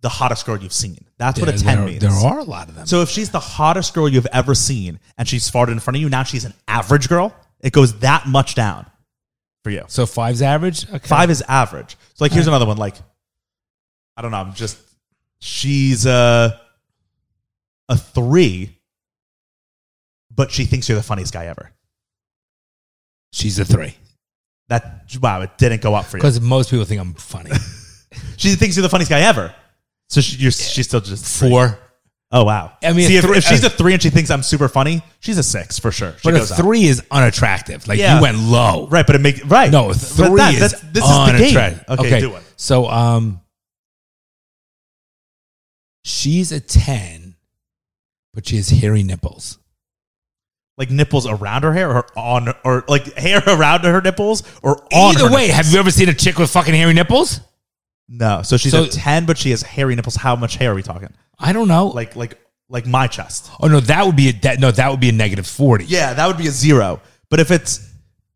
S3: the hottest girl you've seen. That's what a
S4: Yeah,
S3: 10
S4: there,
S3: means.
S4: There are a lot of them.
S3: So if she's the hottest girl you've ever seen and she's farted in front of you, now she's an average girl, it goes that much down for you.
S4: so five's average. Okay.
S3: Five is average. So, like, here's another one. Like, I don't know. I'm just, she's a, a three, but she thinks you're the funniest guy ever.
S4: She's a three.
S3: That wow, it didn't go up for you.
S4: Because most people think I'm funny.
S3: She thinks you're the funniest guy ever. So she, you're, she's still just three.
S4: Four.
S3: Oh wow.
S4: I mean,
S3: See,
S4: a
S3: if,
S4: three- uh,
S3: if she's a three and she thinks I'm super funny, she's a six for sure. She
S4: But a
S3: goes up.
S4: three is unattractive. Like
S3: Yeah.
S4: you went low.
S3: Right, but it makes right.
S4: No, a
S3: But
S4: three
S3: that-
S4: is
S3: that's- this is the game.
S4: unattractive.
S3: Okay, do it.
S4: So um she's a ten, but she has hairy nipples.
S3: Like nipples around her hair, or on, or like hair around her nipples, or on.
S4: Either
S3: her
S4: way,
S3: nipples.
S4: have you ever seen a chick with fucking hairy nipples?
S3: no. So she's
S4: So-
S3: a ten, but she has hairy nipples. How much hair are we talking?
S4: I don't know. Like
S3: Like, like, like my chest.
S4: oh no, that would be a that, no, that would be a negative forty.
S3: Yeah, that would be a zero. But if it's,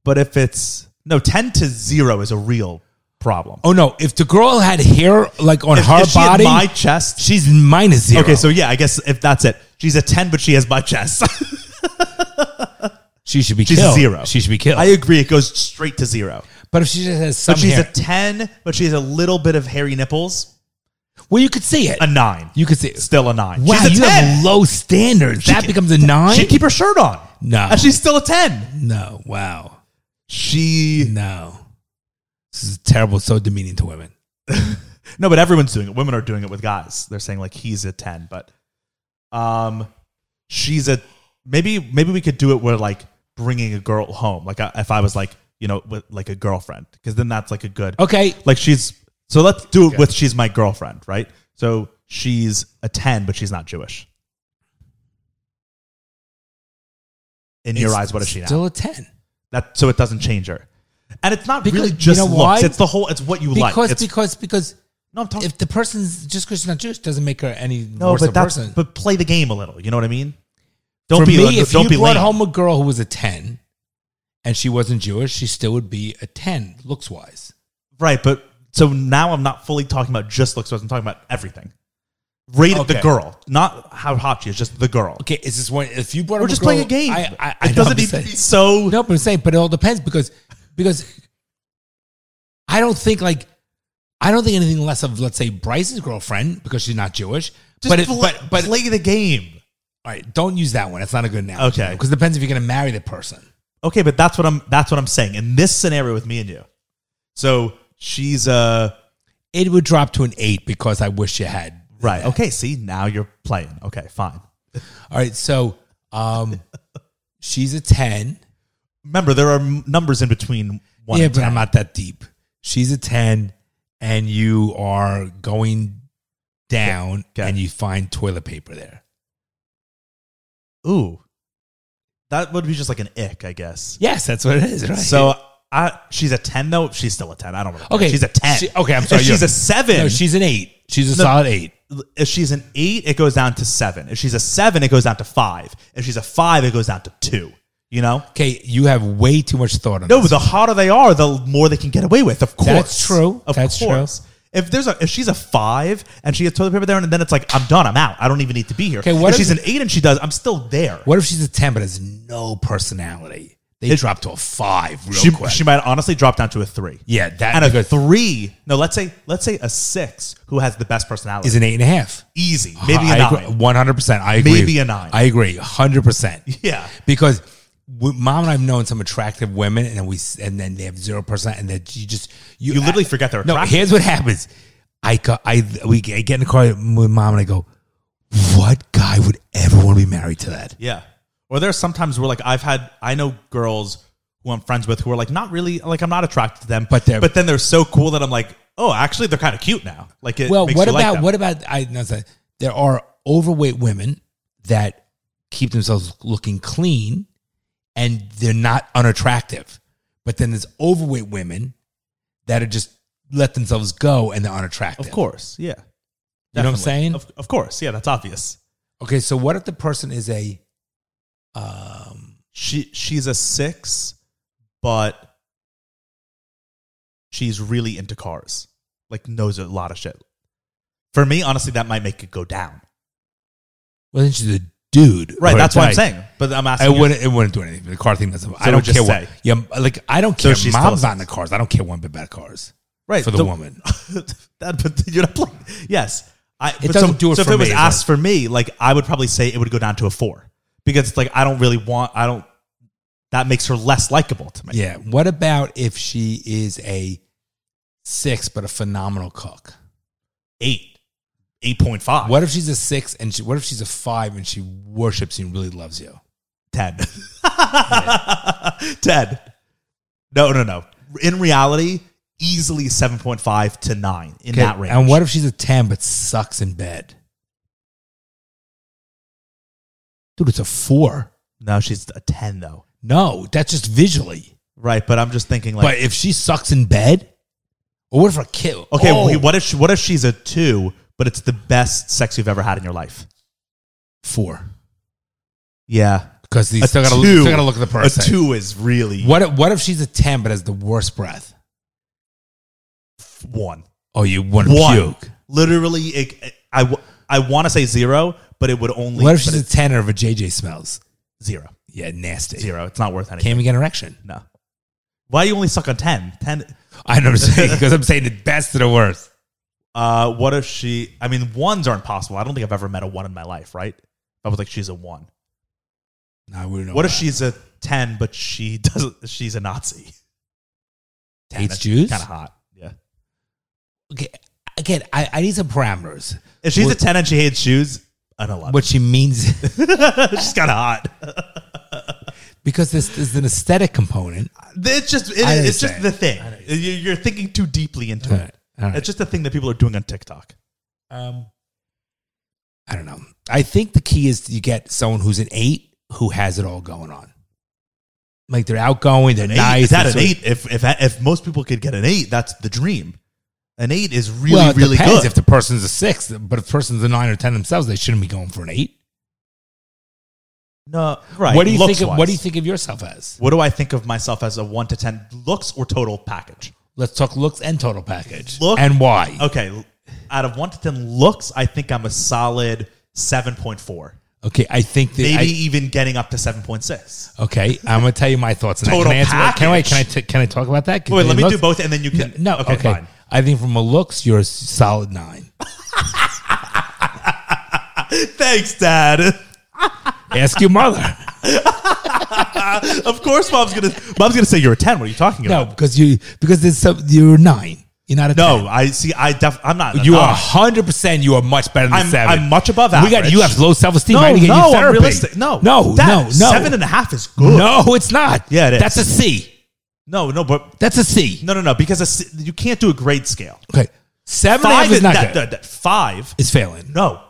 S3: but if it's no ten to zero is a real problem.
S4: Oh no, if the girl had hair like on
S3: If-
S4: her
S3: if she had
S4: body,
S3: my chest.
S4: she's minus zero.
S3: Okay, so yeah, I guess if that's it, she's a ten, but she has my chest.
S4: she should be
S3: she's
S4: killed.
S3: a zero.
S4: She should be killed.
S3: I agree. It goes straight to zero.
S4: but if she just has some
S3: But she's
S4: hair,
S3: a ten, but she has a little bit of hairy nipples.
S4: well, you could see it.
S3: A nine.
S4: you could see it.
S3: Still a nine.
S4: Wow,
S3: she's a
S4: you
S3: ten.
S4: have low standards.
S3: She
S4: that
S3: can-
S4: becomes a nine.
S3: she keep her shirt on.
S4: No.
S3: and she's still a ten.
S4: no, wow,
S3: She
S4: no. This is terrible. So demeaning to women.
S3: no, but everyone's doing it. Women are doing it with guys. They're saying like he's a ten, but um, she's a maybe. Maybe we could do it where like bringing a girl home. Like I, if I was like you know with like a girlfriend, because then that's like a good
S4: Okay,
S3: like she's so let's do it with she's my girlfriend, right? So she's a 10, but she's not Jewish. In your eyes, what is she now?
S4: Still a ten.
S3: That so it doesn't change her. And it's not
S4: Because-
S3: really
S4: you
S3: just
S4: know
S3: looks.
S4: why?
S3: It's the whole it's what you
S4: Because
S3: like. It's,
S4: because because
S3: no, I'm talking
S4: if the person's just because she's not Jewish doesn't make her any
S3: no,
S4: worse
S3: but
S4: a
S3: that's
S4: person.
S3: but play the game a little, you know what I mean? Don't
S4: For
S3: be
S4: me, if
S3: don't
S4: you
S3: be
S4: brought
S3: lame.
S4: home a girl who was a ten and she wasn't Jewish, she still would be a ten looks wise.
S3: Right, but so now I'm not fully talking about just looks, I'm talking about everything. Rate the
S4: Okay.
S3: girl, not how hot she is, just the girl.
S4: Okay, is this one? If you brought
S3: We're
S4: up a
S3: just playing a
S4: girl-
S3: game.
S4: I, I, I
S3: it
S4: know,
S3: doesn't
S4: I'm
S3: need
S4: just
S3: to be
S4: saying.
S3: so
S4: No, but I'm saying, but it all depends because because I don't think like I don't think anything less of let's say Bryce's girlfriend because she's not Jewish.
S3: Just
S4: but it,
S3: pl-
S4: but but
S3: play the game.
S4: all right, don't use that one. That's not a good analogy.
S3: Okay.
S4: because it depends if you're going to marry the person.
S3: Okay, but that's what I'm that's what I'm saying in this scenario with me and you. So she's uh
S4: It would drop to an eight because I wish you had.
S3: right. Okay, see now you're playing. Okay, fine.
S4: All right, so um, she's a ten.
S3: Remember there are m- numbers in between one.
S4: yeah,
S3: and
S4: but
S3: 10.
S4: I'm not that deep. She's a 10 and you are going down
S3: Okay.
S4: and you find toilet paper there.
S3: Ooh, that would be just like an ick, I guess.
S4: Yes, that's what it is, right?
S3: So I she's a ten though. She's still a ten. I don't know.
S4: okay,
S3: she's a ten.
S4: she- okay, I'm
S3: If
S4: sorry.
S3: she's
S4: you're-
S3: a seven.
S4: No, she's an 8. She's a
S3: No.
S4: solid 8.
S3: if she's an eight, it goes down to seven. If she's a seven, it goes down to five. If she's a five, it goes down to two. You know.
S4: Okay, you have way too much thought on
S3: No, but
S4: this.
S3: the hotter they are, the more they can get away with. Of course,
S4: That's true.
S3: Of
S4: That's true.
S3: course. If there's a if she's a five and she has toilet paper there, and then it's like I'm done, I'm out, I don't even need to be here.
S4: Okay, what
S3: if,
S4: if-
S3: she's an eight and she does, I'm still there.
S4: What if she's a 10 but has no personality? They drop to a 5 real
S3: she,
S4: quick.
S3: she might honestly drop down to a three.
S4: yeah, that
S3: and a
S4: because
S3: three. No, let's say let's say a six who has the best personality
S4: is an 8.5.
S3: easy, maybe a
S4: I
S3: nine.
S4: agree- 100%. I agree.
S3: Maybe a nine.
S4: I agree. 100%.
S3: Yeah,
S4: because w mom and I've known some attractive women, and then we s- and then they have zero percent, and that you just you,
S3: You literally forget they're
S4: No,
S3: attractive.
S4: here's what happens. I go, I we g- I get in the car with mom, and I go, "What guy would ever want to be married to that?"
S3: yeah. Or there's sometimes where like I've had I know girls who I'm friends with who are like not really like I'm not attracted to them,
S4: But they're-
S3: but then they're so cool that I'm like, oh, actually they're kind of cute now. Like it.
S4: well,
S3: makes
S4: what
S3: you like
S4: about
S3: them.
S4: what about I know that there are overweight women that keep themselves looking clean, and they're not unattractive, but then there's overweight women that are just let themselves go and they're unattractive.
S3: Of course, yeah.
S4: You know what I'm
S3: Definitely.
S4: saying?
S3: Of, of course, yeah. That's obvious.
S4: Okay, so what if the person is a um
S3: She she's a six, but she's really into cars. Like knows a lot of shit. For me, honestly, that might make it go down.
S4: well then she's a dude.
S3: Right.
S4: or a
S3: that's what I'm
S4: guy.
S3: saying. But I'm
S4: I
S3: asking. you-
S4: wouldn't it wouldn't do anything. The car thing doesn't I
S3: it
S4: don't
S3: would just
S4: care what
S3: say.
S4: yeah, like I don't
S3: So
S4: care.
S3: she's still
S4: Mom's
S3: a
S4: not in the
S3: six.
S4: cars. I don't care one bit about cars.
S3: right
S4: for the woman.
S3: that, but you're not playing. Yes, I, but so,
S4: doesn't do it
S3: so if
S4: for
S3: it was
S4: me, is
S3: asked for me, like I would probably say it would go down to a four because it's like I don't really want. I don't. That makes her less likable to me.
S4: Yeah. What about if she is a six but a phenomenal cook?
S3: Eight, eight point five,
S4: What if she's a six and she, what if she's a five and she worships you and really loves you?
S3: ten, ten. No, no, no. In reality, easily seven point five to nine in
S4: Okay,
S3: that range.
S4: And what if she's a ten but sucks in bed? Dude, it's a four.
S3: No, she's a ten though.
S4: No, that's just visually.
S3: Right, but I'm just thinking like.
S4: but if she sucks in bed, or what if her kid?
S3: Okay,
S4: oh,
S3: wh- what if she, what if she's a two, but it's the best sex you've ever had in your life?
S4: Four.
S3: Yeah,
S4: Because you
S3: A
S4: still got to
S3: two-
S4: still got to look at the person.
S3: a two is really
S4: What if, what if she's a ten but has the worst breath?
S3: one.
S4: Oh, you want
S3: One,
S4: to puke.
S3: literally, it, I w- I want to say zero, but it would only
S4: What if
S3: but
S4: she's a
S3: it's
S4: ten or if a JJ smells?
S3: zero,
S4: Yeah, nasty.
S3: zero? It's not worth anything.
S4: Can't even get an erection.
S3: no. Why do you only suck on 10? 10
S4: I know what I'm saying because I'm saying the best to the worst.
S3: uh, what if she? I mean, ones aren't possible. I don't think I've ever met a one in my life. Right? I was like, she's a one.
S4: No, I wouldn't know
S3: What if
S4: that.
S3: she's a ten, but she doesn't? She's a Nazi.
S4: Hates Jews?
S3: Kind of hot. Yeah.
S4: Okay, again, I, I need some parameters.
S3: If she's
S4: What-
S3: a 10 and she hates shoes, an 11.
S4: What she means
S3: she's kind of hot.
S4: because this is an aesthetic component.
S3: It's just, it-
S4: I
S3: it's just
S4: understand.
S3: the thing. You- You're thinking too deeply into
S4: All
S3: it.
S4: right, all right.
S3: It's just the thing that people are doing on TikTok.
S4: Um, I don't know. I think the key is you get someone who's an eight who has it all going on. Like they're outgoing, they're
S3: Eight,
S4: nice.
S3: is that
S4: they're
S3: an
S4: sort of-
S3: eight? If, if, if most people could get an eight, that's the dream. An eight is really,
S4: well, it
S3: really
S4: depends
S3: good.
S4: if the person's a six, but if the person's a nine or ten themselves, they shouldn't be going for an eight.
S3: no, right.
S4: What do you think?
S3: looks-wise.
S4: Of, what do you think of yourself as?
S3: What do I think of myself as a one to 10 looks or total package?
S4: Let's talk looks and total package.
S3: Look-
S4: and why?
S3: Okay. l- Out of one to 10 looks, I think I'm a solid 7.4.
S4: Okay, I think that
S3: Maybe
S4: I-
S3: even getting up to 7.6.
S4: Okay, I'm gonna tell you my thoughts. on that. can
S3: Total
S4: I answer- Can I
S3: package.
S4: can I t- can I talk about that? Can
S3: Wait,
S4: I
S3: let me
S4: look?
S3: do both, and then you can.
S4: No, okay.
S3: fine.
S4: I think from a looks, you're a solid nine.
S3: Thanks, Dad.
S4: Ask your mother.
S3: Of course, mom's gonna mom's gonna say you're a ten. What are you talking
S4: No,
S3: about?
S4: because you because there's some, you're a nine. You're not a
S3: no. I see. I def, I'm not. uh,
S4: 10. You
S3: I'm
S4: are
S3: not-
S4: 100. percent You are much better than
S3: I'm-
S4: seven.
S3: I'm much above
S4: We got
S3: average.
S4: you have low self esteem.
S3: No,
S4: I need to get you
S3: no, I'm
S4: therapy.
S3: realistic. No,
S4: no,
S3: Dad,
S4: no, no.
S3: Seven and a half is good.
S4: No, it's not.
S3: Yeah, it is.
S4: That's a C.
S3: no, no, but
S4: That's a C.
S3: no, no, no. Because a s you can't do a grade scale.
S4: Okay, seven and a half
S3: Five
S4: is not
S3: that,
S4: good.
S3: that- that- five.
S4: It's failing.
S3: No,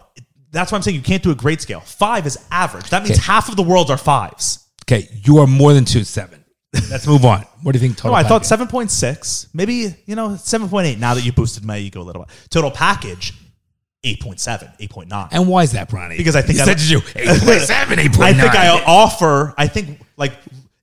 S3: that's why I'm saying you can't do a grade scale. Five is average. That means
S4: Okay.
S3: half of the world are fives.
S4: Okay, you are more than two seven. Let's move on. What do you think?
S3: No,
S4: Total
S3: I thought
S4: package?
S3: seven point six, maybe you know seven point eight. Now that you boosted my ego a little bit, total package 8.7, 8.9.
S4: And why is that, Bronny?
S3: Because I think
S4: he
S3: I-
S4: said to you eight point seven, eight
S3: I
S4: point nine.
S3: think I offer. I think like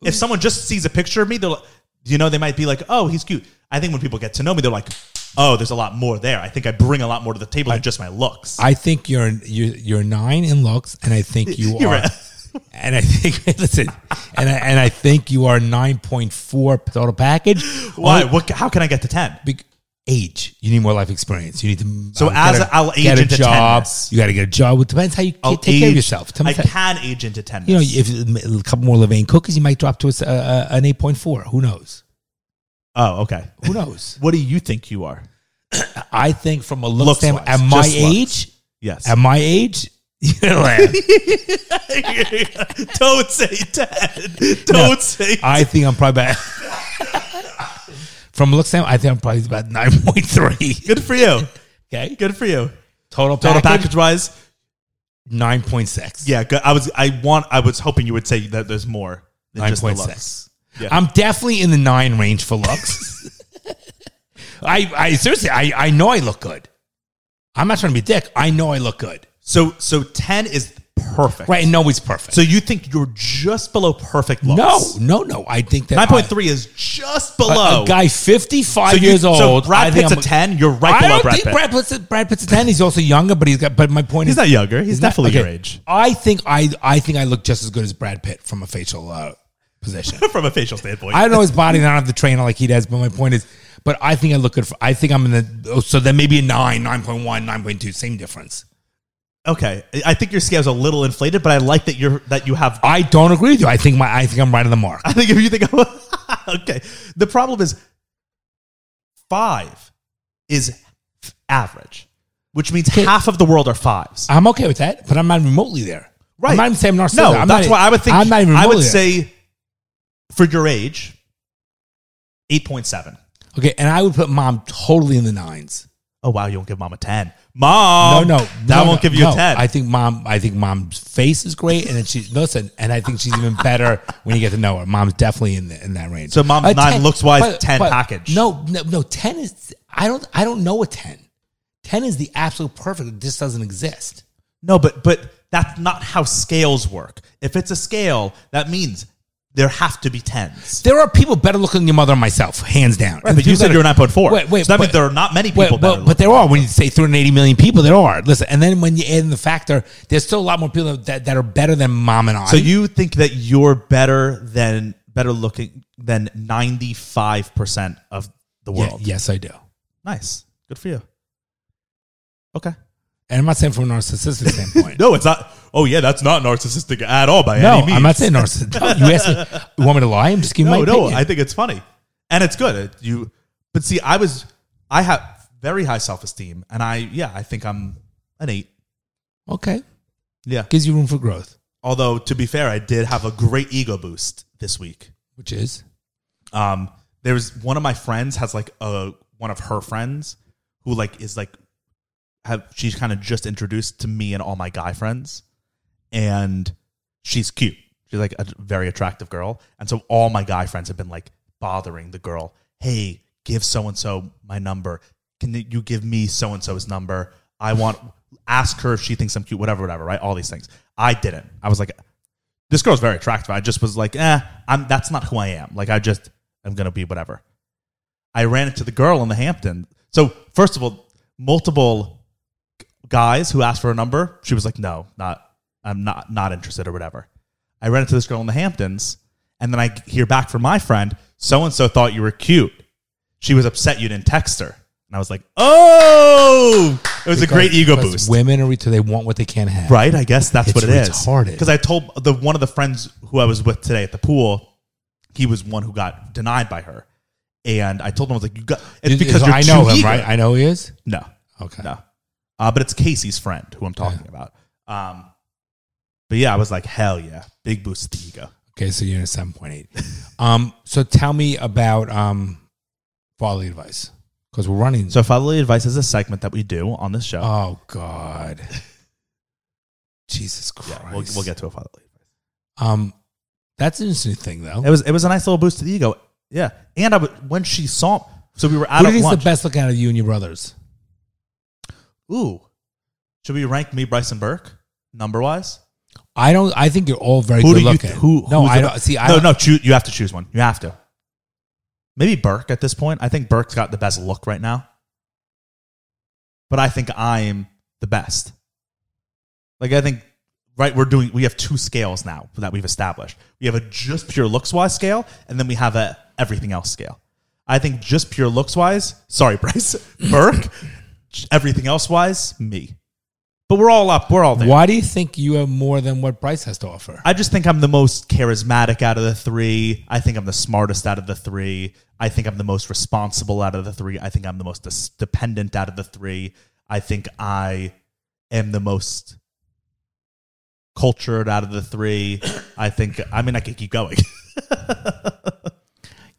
S3: if someone just sees a picture of me, they're like, you know, they might be like, oh, he's cute. I think when people get to know me, they're like, oh, there's a lot more there. I think I bring a lot more to the table than just my looks.
S4: I think you're you're you're nine in looks, and I think you
S3: You're
S4: are.
S3: right.
S4: And I think listen, and I, and I think you are nine point four total package.
S3: Why?
S4: Only-
S3: What? How can I get to ten?
S4: Big age. You need more life experience. You need to. uh,
S3: So
S4: get
S3: as I'll age
S4: get a
S3: into
S4: job,
S3: 10ness.
S4: you got to get a job. It depends how you ca- take care of
S3: age-
S4: yourself. Depends
S3: I
S4: how-
S3: can age into ten.
S4: you know, if a couple more Levain cookies, you might drop to a, s- a- a- an eight point four. Who knows?
S3: oh, okay.
S4: Who knows?
S3: What do you think you are?
S4: I think from a look
S3: Looks
S4: standpoint,
S3: wise,
S4: at my
S3: just looks.
S4: age,
S3: Yes.
S4: at my age, you know, like,
S3: Don't say ten. Don't
S4: No,
S3: say.
S4: I think I'm probably about from a look standpoint. I think I'm probably about nine point three.
S3: Good for you.
S4: Okay,
S3: Good for you.
S4: total
S3: Total
S4: package,
S3: package wise,
S4: nine point six.
S3: Yeah, go- I was. I want. I was hoping you would say that there's more than
S4: nine
S3: just the
S4: point
S3: looks.
S4: six.
S3: Yeah.
S4: I'm definitely in the nine range for looks. I, I seriously, I, I know I look good. I'm not trying to be a dick. I know I look good.
S3: So, so ten is perfect.
S4: Right? And nobody's perfect.
S3: So you think you're just below perfect looks?
S4: no, no, no. I think that
S3: Nine point
S4: I-
S3: three is just
S4: a-
S3: below.
S4: A, guy 55
S3: so you-
S4: years
S3: so
S4: old.
S3: Brad
S4: I think
S3: Pitt's
S4: I'm
S3: a ten. You're right
S4: I
S3: below
S4: don't
S3: Brad
S4: think
S3: Pitt.
S4: Brad Pitt's, Brad Pitt's a ten. He's also younger, but he's got. But my point
S3: He's
S4: is,
S3: not younger. He's
S4: not-
S3: definitely your
S4: okay.
S3: age
S4: I think I I think I look just as good as Brad Pitt from a facial uh, position.
S3: from a facial standpoint.
S4: I don't know his body. and I don't have the trainer like he does. But my point is, but I think I look good. For, I think I'm in the. Oh, so then maybe a nine, 9.1, 9.2, same difference.
S3: Okay, I- I think your scale's a little inflated, but I like that you're that you have.
S4: I don't agree with you. I think my I think I'm right on the mark.
S3: I think if you think okay, the problem is five is average, which means half of the world are fives.
S4: I'm okay with that, but I'm not remotely there. I'm not even saying I'm narcissistic.
S3: No,
S4: I'm
S3: that's
S4: not,
S3: why I would think.
S4: I'm not even
S3: I
S4: remotely
S3: would
S4: there.
S3: say for your age, eight point seven.
S4: Okay, and I would put mom totally in the nines.
S3: Oh wow, you won't give mom a ten, mom.
S4: no, no,
S3: Um, that
S4: no,
S3: won't
S4: no,
S3: give you
S4: no.
S3: a ten.
S4: I think mom. I think mom's face is great, and then she listen. And I think she's even better when you get to know her. Mom's definitely in the, in that range.
S3: So mom's
S4: A
S3: nine looks-wise, 10 package.
S4: No, no, no. Ten is. I don't. I don't know a ten. Ten is the absolute perfect. It just doesn't exist.
S3: No, but but that's not how scales work. If it's a scale, that means there have to be tens.
S4: There are people better looking than your mother and myself, hands down.
S3: Right, but you said
S4: People
S3: you're
S4: better-
S3: a 9.4.
S4: Wait, wait.
S3: So that means
S4: but-
S3: there are not many
S4: wait,
S3: people
S4: but,
S3: better
S4: but there are. When you say 380 million people, there are. Listen, and then when you add in the factor, there's still a lot more people that, that are better than mom and I.
S3: So you think that you're better than better looking than 95% of the
S4: Yeah,
S3: world.
S4: yes, I do.
S3: Nice. Good for you. Okay.
S4: And I'm not saying from a narcissistic standpoint.
S3: No, it's not. Oh yeah, that's not narcissistic at all by
S4: No,
S3: any means.
S4: I'm not saying narcissistic. No, you asked me, you want me to lie? I'm just giving
S3: no,
S4: my
S3: no,
S4: opinion.
S3: I think it's funny, and it's good. It, you, but see, I was, I have very high self esteem, and I, yeah, I think I'm an eight.
S4: okay,
S3: Yeah.
S4: gives you room for growth,
S3: Although to be fair, I did have a great ego boost this week.
S4: which is
S3: Um, there was one of my friends has like a one of her friends who like is like have she's kind of just introduced to me and all my guy friends, and she's cute. She's like a very attractive girl, and so all my guy friends have been like bothering the girl. Hey, give so and so my number. Can you give me so and so's number? I want ask her if she thinks I'm cute. Whatever, whatever. Right, all these things. I didn't. I was like, this girl's very attractive. I just was like, eh, I'm that's not who I am. Like I just I'm gonna be whatever. I ran into the girl in the Hampton. So first of all, multiple g- guys who asked for a number, she was like, no, not I'm not not interested or whatever. I ran into this girl in the Hamptons, and then I g- hear back from my friend, so and so thought you were cute. She was upset you didn't text her. And I was like, oh, it was a great ego
S4: because
S3: boost.
S4: Women are they want what they can't have.
S3: Right, I guess that's
S4: It's
S3: what it is.
S4: retarded.
S3: Because I told the one of the friends who I was with today at the pool, he was one who got denied by her, and I told him I was like, "You got it's
S4: Is-
S3: because
S4: is-
S3: you're
S4: I know
S3: too
S4: him,
S3: eager.
S4: right? I know he is.
S3: No,
S4: Okay.
S3: no, uh, but it's Casey's friend who I'm talking about. Um, but yeah, I was like, hell yeah, big boost to the ego.
S4: Okay, so you're in a seven point eight. um, so tell me about um, fatherly advice because we're running.
S3: So fatherly advice is a segment that we do on this show.
S4: oh God, Jesus Christ,
S3: yeah, we'll, we'll get to a fatherly.
S4: Um, that's an interesting thing though.
S3: It was it was a nice little boost to the ego. Yeah, and I would, when she saw, so we were out
S4: Who do you
S3: at
S4: think's
S3: lunch.
S4: the best looking out of you and your brothers?
S3: Ooh, should we rank me, Bryson Burke, number wise?
S4: I don't. I think you're all very
S3: Who do
S4: good
S3: you
S4: looking.
S3: who?
S4: no,
S3: who's
S4: I
S3: the-
S4: don't see. I
S3: no,
S4: don't,
S3: no. Choo- you have to choose one. You have to. Maybe Burke at this point. I think Burke's got the best look right now, but I think I'm the best. Like I think right, we're doing. We have two scales now that we've established. We have a just pure looks wise scale, and then we have a everything else scale. I think just pure looks wise. Sorry, Bryce Burke. everything else wise, me. But we're all up. We're all there.
S4: Why do you think you have more than what Bryce has to offer?
S3: I just think I'm the most charismatic out of the three. I think I'm the smartest out of the three. I think I'm the most responsible out of the three. I think I'm the most dis- dependent out of the three. I think I am the most cultured out of the three. I think, I mean, I could keep going,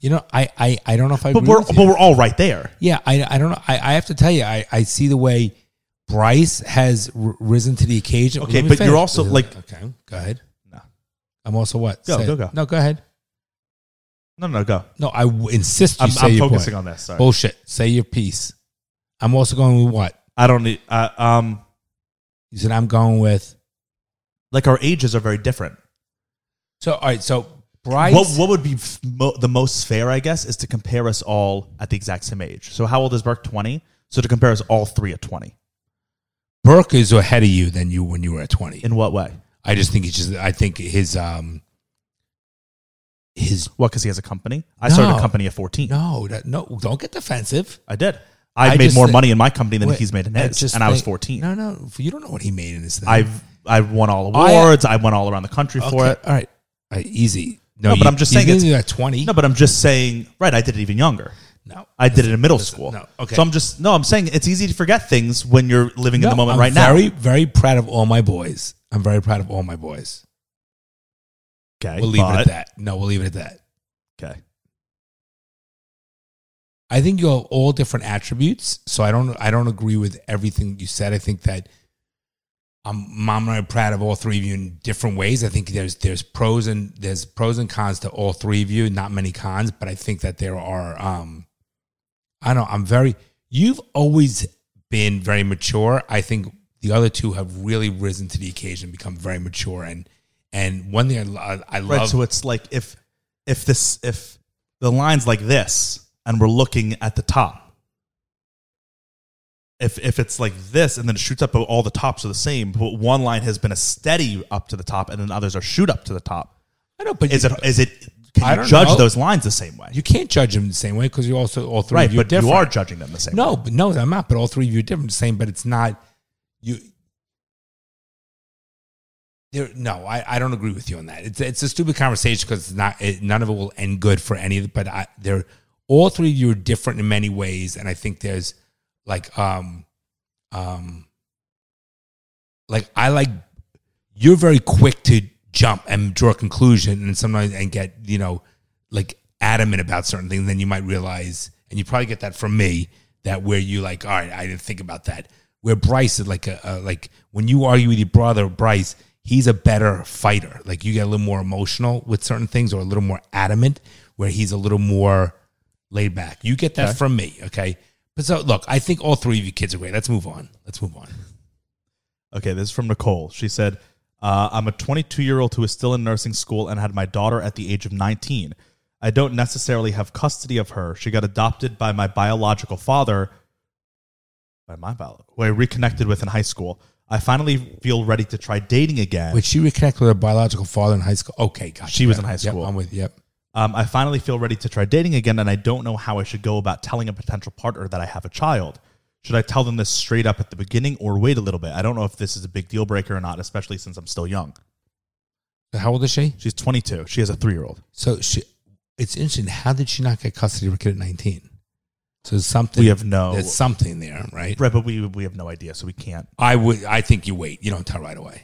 S4: you know, I, I, I don't know if I.
S3: but
S4: agree
S3: we're,
S4: with you.
S3: but we're all right there.
S4: yeah, I, I don't know. I, I have to tell you, I, I see the way Bryce has r- risen to the occasion.
S3: Okay,
S4: Let me
S3: but you're
S4: finish.
S3: also, like-
S4: okay, go ahead.
S3: No.
S4: I'm also what?
S3: Go,
S4: Say it.
S3: go, go.
S4: No, go ahead.
S3: No, no, go.
S4: No, I w- insist you
S3: I'm,
S4: say
S3: I'm
S4: your
S3: focusing
S4: point.
S3: on this. Sorry.
S4: Bullshit. Say your piece. I'm also going with what
S3: I don't need, uh, um,
S4: you said. I'm going with.
S3: like our ages are very different.
S4: So all right. So Bryce.
S3: What, what would be f- mo- the most fair, I guess, is to compare us all at the exact same age. So how old is Burke? 20. So to compare us all three at 20.
S4: Burke is ahead of you than you when you were at 20.
S3: In what way?
S4: I just think he's just, I think his, um, his,
S3: What, because he has a company? I started
S4: No.
S3: a company at 14.
S4: no, that, no, don't get defensive.
S3: I did. I've
S4: I
S3: made
S4: just
S3: more
S4: thi-
S3: money in my company than
S4: Wait,
S3: he's made in
S4: I
S3: his,
S4: just
S3: and I was
S4: think-
S3: fourteen.
S4: No, no, you don't know what he made in his thing.
S3: I've I've won all
S4: I-
S3: awards. I, won all around the country for
S4: Okay,
S3: it.
S4: All right, All right, easy.
S3: No, but I'm just saying
S4: you
S3: it's-
S4: did at twenty.
S3: No, but I'm just saying. Right, I did it even younger.
S4: no,
S3: I did it in middle school.
S4: no, okay.
S3: So I'm just no. I'm saying it's easy to forget things when you're living in the moment
S4: I'm
S3: right
S4: very,
S3: now.
S4: very proud of all my boys. I'm very proud of all my boys.
S3: Okay,
S4: We'll leave it at
S3: but-
S4: that. No, we'll leave it at that.
S3: Okay,
S4: I think you have all different attributes. So I don't I don't agree with everything you said. I think that I'm mom and I are proud of all three of you in different ways. I think there's there's pros and there's pros and cons to all three of you. Not many cons, but I think that there are um I don't know, I'm very you've always been very mature. I think the other two have really risen to the occasion, become very mature and and one thing I, lo- I love
S3: right. so it's like if if this if the line's like this, and we're looking at the top. If if it's like this, and then it shoots up, but all the tops are the same. But one line has been a steady up to the top, and then others are shoot up to the top.
S4: I don't but
S3: Is
S4: you-
S3: it is it?
S4: I
S3: Can you
S4: don't
S3: judge
S4: know.
S3: those lines the same way?
S4: you can't judge them the same way because you also all three
S3: right,
S4: of you are
S3: but you
S4: different.
S3: are judging them the same. way.
S4: No, but no, I'm not. But all three of you are different, the same. But it's not you. There, no, I, I don't agree with you on that. It's it's a stupid conversation because it's not it, none of it will end good for any. of the- But I, they're all three of you are different in many ways, and I think there's like um um like I like you're very quick to jump and draw a conclusion and sometimes and get you know like adamant about certain things then you might realize and you probably get that from me that where you like all right i didn't think about that where bryce is like a, a like when you argue with your brother bryce he's a better fighter like you get a little more emotional with certain things or a little more adamant where he's a little more laid back you get that from me okay but so look i think all three of you kids are great let's move on let's move on
S3: Okay, this is from Nicole. She said, uh, I'm a 22 year old who is still in nursing school and had my daughter at the age of 19. I don't necessarily have custody of her. She got adopted by my biological father, by my biological, who I reconnected with in high school. I finally feel ready to try dating again.
S4: Would she reconnect with her biological father in high school? Okay, gotcha.
S3: She was in high
S4: Yep,
S3: school.
S4: I'm with you. Yep.
S3: Um, I finally feel ready to try dating again, and I don't know how I should go about telling a potential partner that I have a child. Should I tell them this straight up at the beginning or wait a little bit? I don't know if this is a big deal breaker or not, especially since I'm still young.
S4: How old is she?
S3: She's 22. She has a three year old.
S4: So she, it's interesting. How did she not get custody of her kid at 19? So there's something.
S3: We have no-
S4: There's something there, right?
S3: Right, but we, we have no idea, so we can't.
S4: I would. I think you wait. You don't tell right away.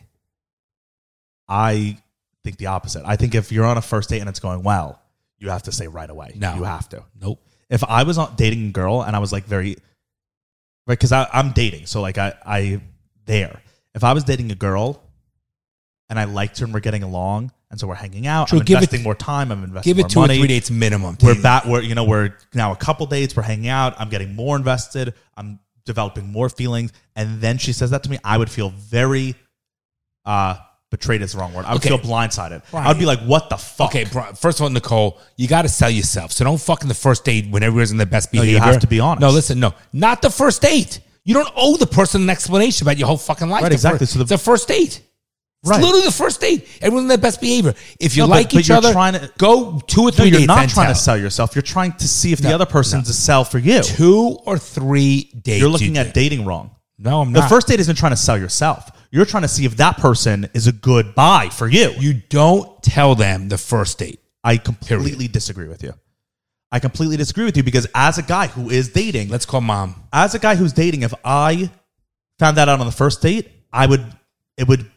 S3: I think the opposite. I think if you're on a first date and it's going well, you have to say right away.
S4: No.
S3: You have to.
S4: Nope.
S3: If I was on dating a girl and I was like very, right, because I'm dating, so like I, I, there. If I was dating a girl and I liked her and we're getting along, and so we're hanging out,
S4: Sure,
S3: I'm
S4: give it-
S3: investing more time, I'm investing
S4: Give
S3: more
S4: it two
S3: money.
S4: or three dates minimum. to
S3: we're
S4: you.
S3: back we're you know we're now a couple dates we're hanging out i'm getting more invested i'm developing more feelings and then she says that to me i would feel very uh betrayed is the wrong word i would
S4: Okay.
S3: feel blindsided i'd be like what the fuck
S4: Okay, bro, first of all, Nicole, you got to sell yourself. So don't fuck in the first date when everyone's in the best
S3: you
S4: behavior.
S3: have to be honest.
S4: No, listen, no, not the first date. You don't owe the person an explanation about your whole fucking life.
S3: Right,
S4: The
S3: exactly.
S4: First,
S3: So the-
S4: it's the first date. It's
S3: Right.
S4: literally the first date. Everyone's in their best behavior. If you
S3: No, but-
S4: like
S3: but
S4: each
S3: you're
S4: other,
S3: trying to-
S4: go two or
S3: no
S4: three
S3: you're
S4: dates,
S3: not
S4: then
S3: trying to
S4: tell.
S3: sell yourself you're trying to see if the
S4: No,
S3: other person's a sell for you
S4: Two or three dates.
S3: you're looking
S4: you
S3: at
S4: do.
S3: dating wrong
S4: No, I'm
S3: the
S4: not.
S3: first date isn't trying to sell yourself you're trying to see if that person is a good buy for you
S4: You don't tell them the first date.
S3: i completely disagree with you i completely disagree with you because as a guy who is dating
S4: Let's call mom.
S3: as a guy who's dating, if I found that out on the first date, I would it would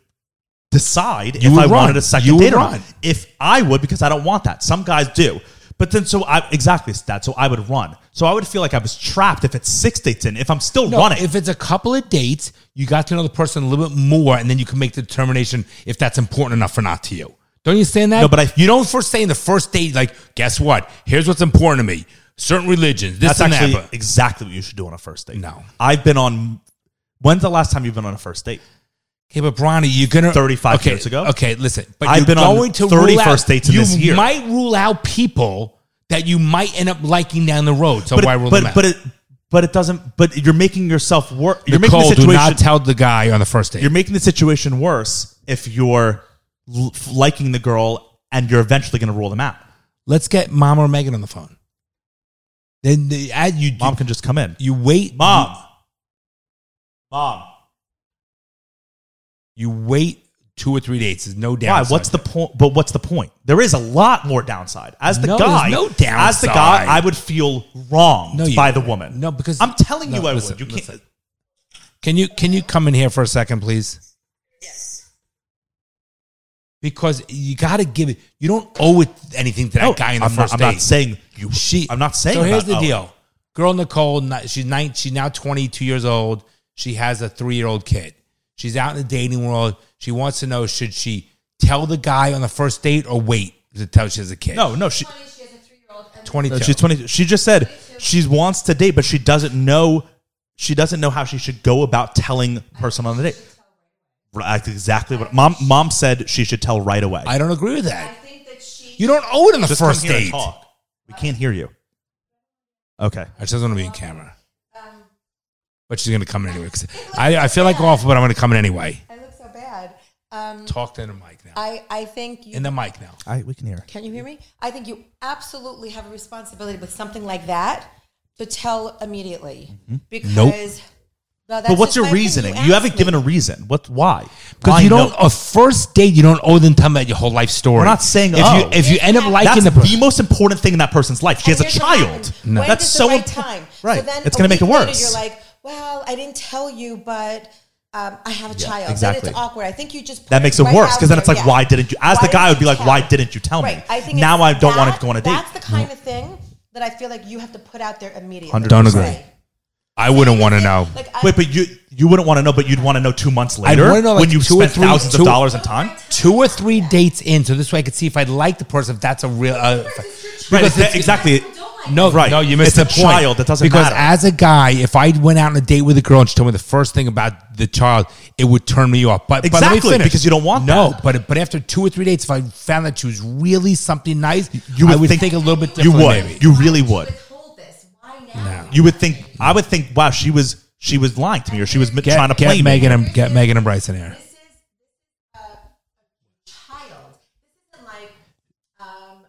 S3: decide if
S4: would
S3: I
S4: run.
S3: wanted a second
S4: You would
S3: date or not.
S4: run.
S3: If I would, because I don't want that. Some guys do. But then, so I exactly that. So I would run. So I would feel like I was trapped if it's six dates in. If I'm still
S4: No,
S3: running,
S4: If it's a couple of dates, you got to know the person a little bit more, and then you can make the determination if that's important enough or not to you. Don't you understand that?
S3: No, but I-
S4: you don't first say in the first date, like, guess what? Here's what's important to me: certain religions, this
S3: that's
S4: and
S3: actually
S4: that. But
S3: exactly what you should do on a first date.
S4: No.
S3: I've been on. When's the last time you've been on a first date?
S4: okay, but Bronny, you're gonna
S3: 35
S4: okay,
S3: years ago?
S4: Okay, listen, but
S3: I've
S4: you're
S3: been on
S4: going to
S3: 30
S4: rule out-
S3: first dates in
S4: you
S3: this year.
S4: might rule out people that you might end up liking down the road. So
S3: But
S4: why
S3: it,
S4: rule
S3: but
S4: them out?
S3: but it but it doesn't. But you're making yourself work. You're making
S4: Nicole,
S3: the situation.
S4: do not tell the guy on the first date.
S3: you're making the situation worse if you're l- liking the girl and you're eventually going to rule them out.
S4: Let's get Mom or Megan on the phone. Then the, as you
S3: Mom can just come in.
S4: you wait,
S3: Mom. Mom.
S4: you wait two or three days. There's no
S3: Why?
S4: downside.
S3: What's the point? But what's the point? There is a lot more downside. As the
S4: No, there's
S3: guy,
S4: no
S3: as the guy,
S4: downside.
S3: I would feel wronged
S4: No, you-
S3: by the woman.
S4: No, because-
S3: I'm telling
S4: No,
S3: you, I
S4: listen,
S3: would. You can't.
S4: listen. Can you can you come in here for a second, please? Yes. Because you got to give it. You don't owe it anything to that
S3: No,
S4: guy in the
S3: I'm not-
S4: first
S3: I'm
S4: date.
S3: not saying you.
S4: she.
S3: I'm not saying.
S4: So here's
S3: about
S4: the
S3: Owen.
S4: deal. Girl Nicole, ni- she's nine. She's now 22 years old. She has a three year old kid. She's out in the dating world. She wants to know should she tell the guy on the first date or wait to tell she has a kid?
S3: No, no. She,
S7: She has a three-year-old. and-
S4: 22.
S3: no, she's 20. She just said she wants to date, but she doesn't know. She doesn't know how she should go about telling the person on the date. Right, That's exactly what mom. Mom said she should tell right away.
S4: I don't agree with
S7: I
S4: that.
S7: think that she.
S4: You don't owe it on the
S3: Just come
S4: first
S3: here and
S4: date. I
S3: talk. We can't hear you. Okay.
S4: just doesn't want to be in camera.
S7: Um,
S4: But she's going to come in anyway. 'cause I, I feel like awful, but I'm going to come in anyway.
S7: I look so bad. Um,
S4: Talk to the mic now.
S7: I I think you
S4: In the mic now.
S3: I, we can hear.
S7: Can you hear me? I think you absolutely have a responsibility with something like that to tell immediately because. No, that's
S3: Mm-hmm. But what's
S7: just
S3: your
S7: my opinion.
S3: reasoning? You haven't
S7: asked
S3: given
S7: me.
S3: a reason. What? Why? Why
S4: Because you
S3: no?
S4: don't a first date, you don't owe them time about your whole life story.
S3: We're not saying,
S4: if
S3: oh.
S4: you if you end up liking
S3: That's
S4: the
S3: the,
S4: person,
S3: most important thing in that person's life. She has
S7: And
S3: a
S7: here's what
S3: child.
S7: happened. When
S3: That's
S7: is
S3: so
S7: the right
S3: important.
S7: time.
S3: Right.
S7: So then
S3: it's
S7: a
S3: going to make it
S7: week later,
S3: worse.
S7: You're like, well, I didn't tell you, but. Um, I have a child.
S3: exactly.
S7: Then it's awkward. I think you just put
S3: that makes it
S7: right
S3: worse
S7: out
S3: because then it's
S7: there,
S3: like,
S7: yeah.
S3: why didn't you? As
S7: Why
S3: the guy, I would
S7: didn't
S3: be
S7: you
S3: like,
S7: tell
S3: why didn't you tell
S7: right.
S3: me?
S7: I think
S3: now I
S7: it's
S3: don't want
S7: that-
S3: to go on a date.
S7: That's the kind of thing that I feel like you have to put out there immediately.
S4: Don't
S7: Say.
S4: agree. I wouldn't want to know.
S7: Like, I,
S3: Wait, but you you wouldn't want to know, but you'd want to know two months later
S4: wanna know, like,
S3: when you
S4: two or
S3: spent
S4: three-
S3: thousands
S4: two-
S3: of dollars in time.
S4: Two or three dates in, so this way I could see if I like the person. If that's a real, uh, if I-
S3: Right,
S4: Because
S3: exa-
S4: it's-
S3: exactly.
S4: no,
S3: Right.
S4: no, you missed
S3: It's a
S4: the point.
S3: child. That doesn't
S4: because
S3: matter.
S4: as a guy, if I went out on a date with a girl and she told me the first thing about the child, it would turn me off. But but let me
S3: Exactly,
S4: finish.
S3: because you don't want
S4: no.
S3: that.
S4: But but after two or three dates, if I found that she was really something nice,
S3: You
S4: I
S3: would
S4: would think,
S3: think-
S4: a little bit
S3: You
S4: different.
S3: would.
S4: maybe.
S3: You really would.
S7: Withhold this. Why now?
S3: You would think. I would think. Wow, she was she was lying to me, or she was
S4: get,
S3: trying to
S4: get
S3: play me.
S4: Megan and get Megan and Bryson here.
S7: This is a child. This isn't like um,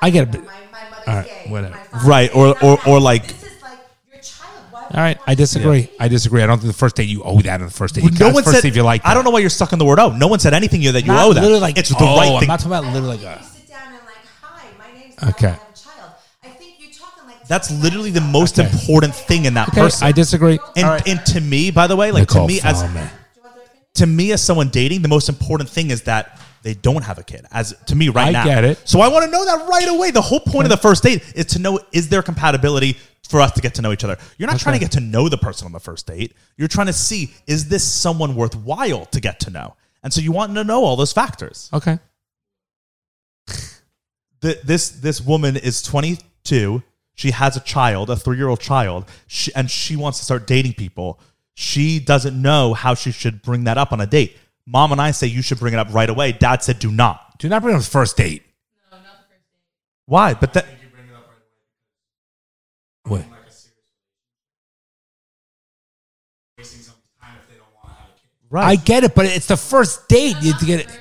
S4: I get a bit.
S7: my, my mother's
S4: All right,
S7: gay.
S4: whatever.
S7: My father's
S3: Right,
S7: gay.
S3: or-
S7: It's
S3: or-
S7: not
S3: or
S7: that.
S3: like-
S7: This is like your child. Why
S4: All
S7: would
S4: right,
S7: you want
S4: I
S7: to-
S4: disagree. I disagree. I don't think the first date you owe that on the first date. You
S3: no
S4: gotta
S3: one
S4: first
S3: said
S4: see if you like.
S3: I don't know why you're stuck in the word "oh." No one said anything here that you
S4: Not
S3: owe that.
S4: literally like,
S3: it's the
S4: oh,
S3: right
S4: I'm
S3: thing.
S4: not talking about
S7: I don't
S4: literally like.
S7: think
S4: uh,
S7: you sit down and like, hi, my name's
S4: Okay.
S7: okay. I have a child. I think you talk and like.
S3: That's
S7: tell me
S3: literally the
S7: about
S3: most
S4: Okay.
S3: important thing in that
S4: Okay,
S3: person.
S4: I disagree.
S3: and,
S4: All right.
S3: and to me, by the way, like
S4: Nicole,
S3: to me as
S4: follow me.
S7: yourself. Do you want their opinion?
S3: to me as someone dating, the most important thing is that they don't have a kid. As to me right
S4: I
S3: now,
S4: get it.
S3: So I want to know that right away. The whole point of the first date is to know is there compatibility for us to get to know each other. You're not trying to get to know the person on the first date. You're trying to see is this someone worthwhile to get to know. And so you want to know all those factors.
S4: okay.
S3: Th- this this woman is 22. She has a child, a three year old child, she, and she wants to start dating people. She doesn't know how she should bring that up on a date. Mom and I say you should bring it up right away. Dad said do not.
S4: Do not bring up the first date.
S3: Why? But that
S4: What? I
S3: right.
S4: get it, but it's the first date. You have to get it.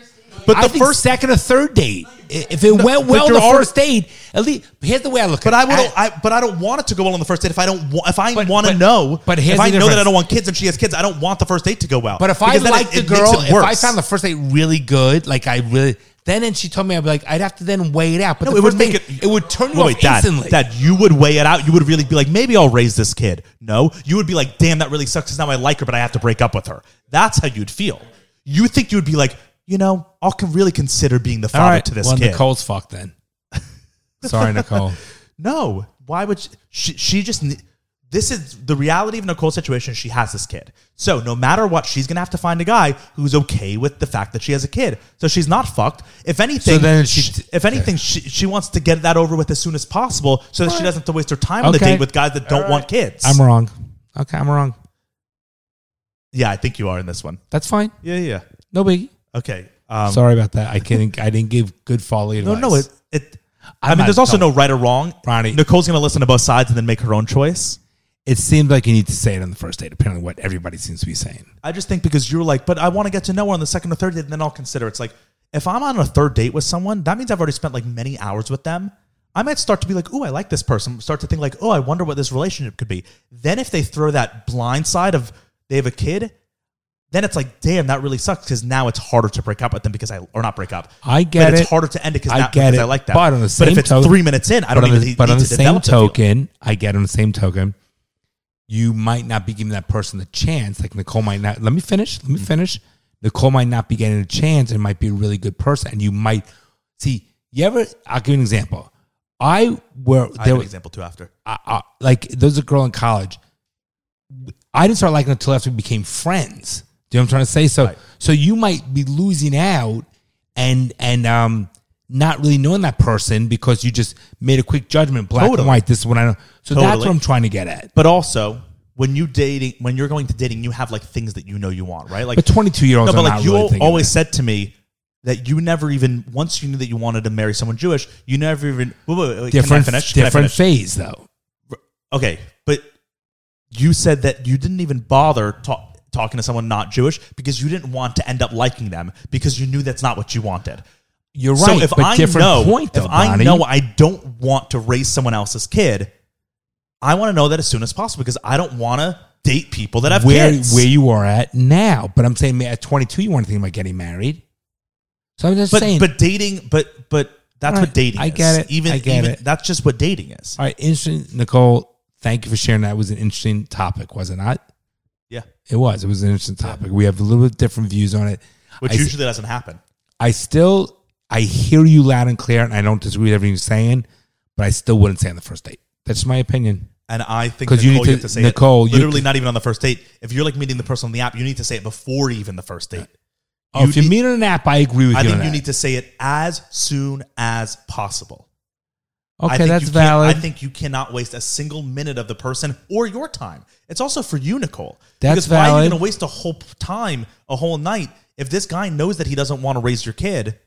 S3: But
S4: I
S3: the
S4: think
S3: first-
S4: second, or third date. I- If it went
S3: but
S4: well,
S3: you're
S4: the
S3: already-
S4: first date. At least here's the way I look.
S3: but I
S4: at
S3: would.
S4: it.
S3: I, but I don't want it to go well on the first date. If I don't. wa- If I
S4: But-
S3: want to
S4: but-
S3: know.
S4: but here's
S3: if I
S4: the
S3: know that I
S4: difference.
S3: don't want kids and she has kids, I don't want the first date to go well.
S4: But if I
S3: Because then it-
S4: liked the
S3: it makes
S4: girl,
S3: it
S4: if I
S3: worse.
S4: found the first date really good, like I really, then and she told me, I'd be like, I'd have to then weigh it out. But
S3: No,
S4: the
S3: it would
S4: first
S3: make
S4: date,
S3: it.
S4: it would turn you
S3: Wait,
S4: off
S3: Dad,
S4: instantly.
S3: Dad, you would weigh it out. You would really be like, maybe I'll raise this kid. No, you would be like, damn, that really sucks. Because now I like her, but I have to break up with her. That's how you'd feel. You think you would be like, you know, I'll can really consider being the
S4: All
S3: father
S4: right,
S3: to this
S4: well,
S3: kid.
S4: Nicole's fucked then. Sorry, Nicole.
S3: No, why would she, she? She just. ne- This is the reality of Nicole's situation. She has this kid, so no matter what, she's gonna have to find a guy who's okay with the fact that she has a kid. So she's not fucked. If anything,
S4: So then she-
S3: she- if anything, she, she wants to get that over with as soon as possible, so that she doesn't have to waste her time on the
S4: Okay.
S3: date with guys that don't want kids.
S4: I'm wrong. Okay, I'm wrong.
S3: yeah, I think you are in this one.
S4: That's fine.
S3: Yeah, yeah.
S4: No biggie.
S3: Okay. Um,
S4: Sorry about that. I can't. I didn't give good folly
S3: no,
S4: advice.
S3: no. It. it I
S4: I'm
S3: mean,
S4: not-
S3: there's also
S4: no.
S3: no right or wrong.
S4: Ronnie.
S3: Nicole's gonna listen to both sides and then make her own choice.
S4: it seemed like you need to say it on the first date. Apparently, what everybody seems to be saying.
S3: I just think because you're like, but I want to get to know her on the second or third date, and then I'll consider. It's like if I'm on a third date with someone, that means I've already spent like many hours with them. I might start to be like, "Ooh, I like this person." Start to think like, "Oh, I wonder what this relationship could be." Then if they throw that blind side of they have a kid, then it's like, "Damn, that really sucks." Because now it's harder to break up with them because I or not break up.
S4: I get
S3: but
S4: it.
S3: It's harder to end it because
S4: I
S3: not-
S4: get
S3: because
S4: it.
S3: I like that.
S4: But on the same
S3: if it's
S4: token-
S3: three minutes in, I don't
S4: but on
S3: even
S4: the,
S3: need,
S4: but on
S3: need
S4: the
S3: to
S4: same
S3: develop the feeling.
S4: token, I get on the same token, you might not be giving that person the chance. Like Nicole might not. Let me finish. Let
S3: Mm.
S4: me finish. Nicole might not be getting a chance and might be a really good person. And you might see. You ever? I'll give you an example. I were there
S3: I have an
S4: was
S3: example too after.
S4: I, I, like there's a girl in college. I didn't start liking her until after we became friends. Do you know what I'm trying to say? So
S3: Right.
S4: so you might be losing out and and um not really knowing that person because you just made a quick judgment, black
S3: Totally.
S4: and white. This is what I know. So that's
S3: Totally.
S4: what I'm trying to get at.
S3: But also, when you dating, when you're going to dating, you have like things that you know you want, right? Like
S4: But 22 year olds
S3: No, but
S4: are
S3: like
S4: not
S3: you
S4: really thinking
S3: always
S4: that.
S3: said to me that you never even once you knew that you wanted to marry someone Jewish, you never even wait, wait, wait,
S4: different
S3: Can I finish? Can I
S4: different
S3: finish?
S4: phase though.
S3: okay, but you said that you didn't even bother ta- talking to someone not Jewish because you didn't want to end up liking them because you knew that's not what you wanted.
S4: You're
S3: So
S4: right.
S3: if
S4: but
S3: I
S4: different
S3: know,
S4: point though,
S3: if I
S4: Bonnie.
S3: know I don't want to raise someone else's kid, I want to know that as soon as possible because I don't want to date people that have
S4: where
S3: kids.
S4: where you are at now. But I'm saying man, at 22, you want to think about getting married. So I'm just
S3: but
S4: saying.
S3: but dating, but but that's
S4: All right,
S3: what dating.
S4: I
S3: is.
S4: get it,
S3: Even
S4: I get
S3: even-
S4: it.
S3: That's just what dating is.
S4: all right, interesting, Nicole. Thank you for sharing. That It was an interesting topic, was it not?
S3: Yeah,
S4: It was. It was an interesting topic. We have a little bit different views on it.
S3: which
S4: I,
S3: usually doesn't happen.
S4: I still, I hear you loud and clear, and I don't disagree with everything you're saying, but I still wouldn't say on the first date. That's my opinion.
S3: And I think
S4: 'Cause
S3: Nicole,
S4: you
S3: you,
S4: need to-
S3: have to say
S4: Nicole,
S3: it.
S4: you
S3: Literally,
S4: can-
S3: not even on the first date. If you're like meeting the person on the app, you need to say it before even the first date.
S4: Oh, if you
S3: need-
S4: meet on an app, I agree with
S3: I
S4: you.
S3: think
S4: on
S3: you
S4: that.
S3: need to say it as soon as possible. I
S4: Okay,
S3: think
S4: that's
S3: you can't-
S4: valid.
S3: I think you cannot waste a single minute of the person or your time. It's also for you, Nicole.
S4: That's
S3: because why are you
S4: valid.
S3: going to waste a whole p- time, a whole night, if this guy knows that he doesn't want to raise your kid?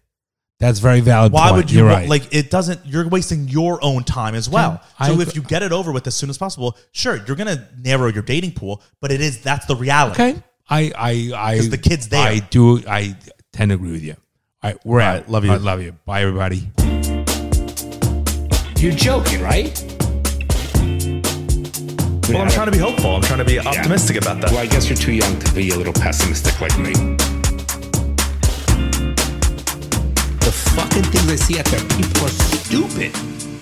S4: that's very valid.
S3: Why
S4: point.
S3: would you
S4: You're
S3: wa-
S4: right.
S3: like it doesn't you're wasting your own time as well.
S4: I
S3: so
S4: agree.
S3: if you get it over with as soon as possible, sure, you're going to narrow your dating pool, but it is that's the reality.
S4: Okay. I I I
S3: 'Cause the kid's there.
S4: I do I tend to agree with you. All right, we're out.
S3: love you.
S4: I love you. Bye everybody. You're joking, right?
S2: Well, I'm trying to be hopeful. I'm trying to be optimistic about that.
S8: I guess you're too young to be a little pessimistic like me.
S1: The fucking things I see out there, people are stupid.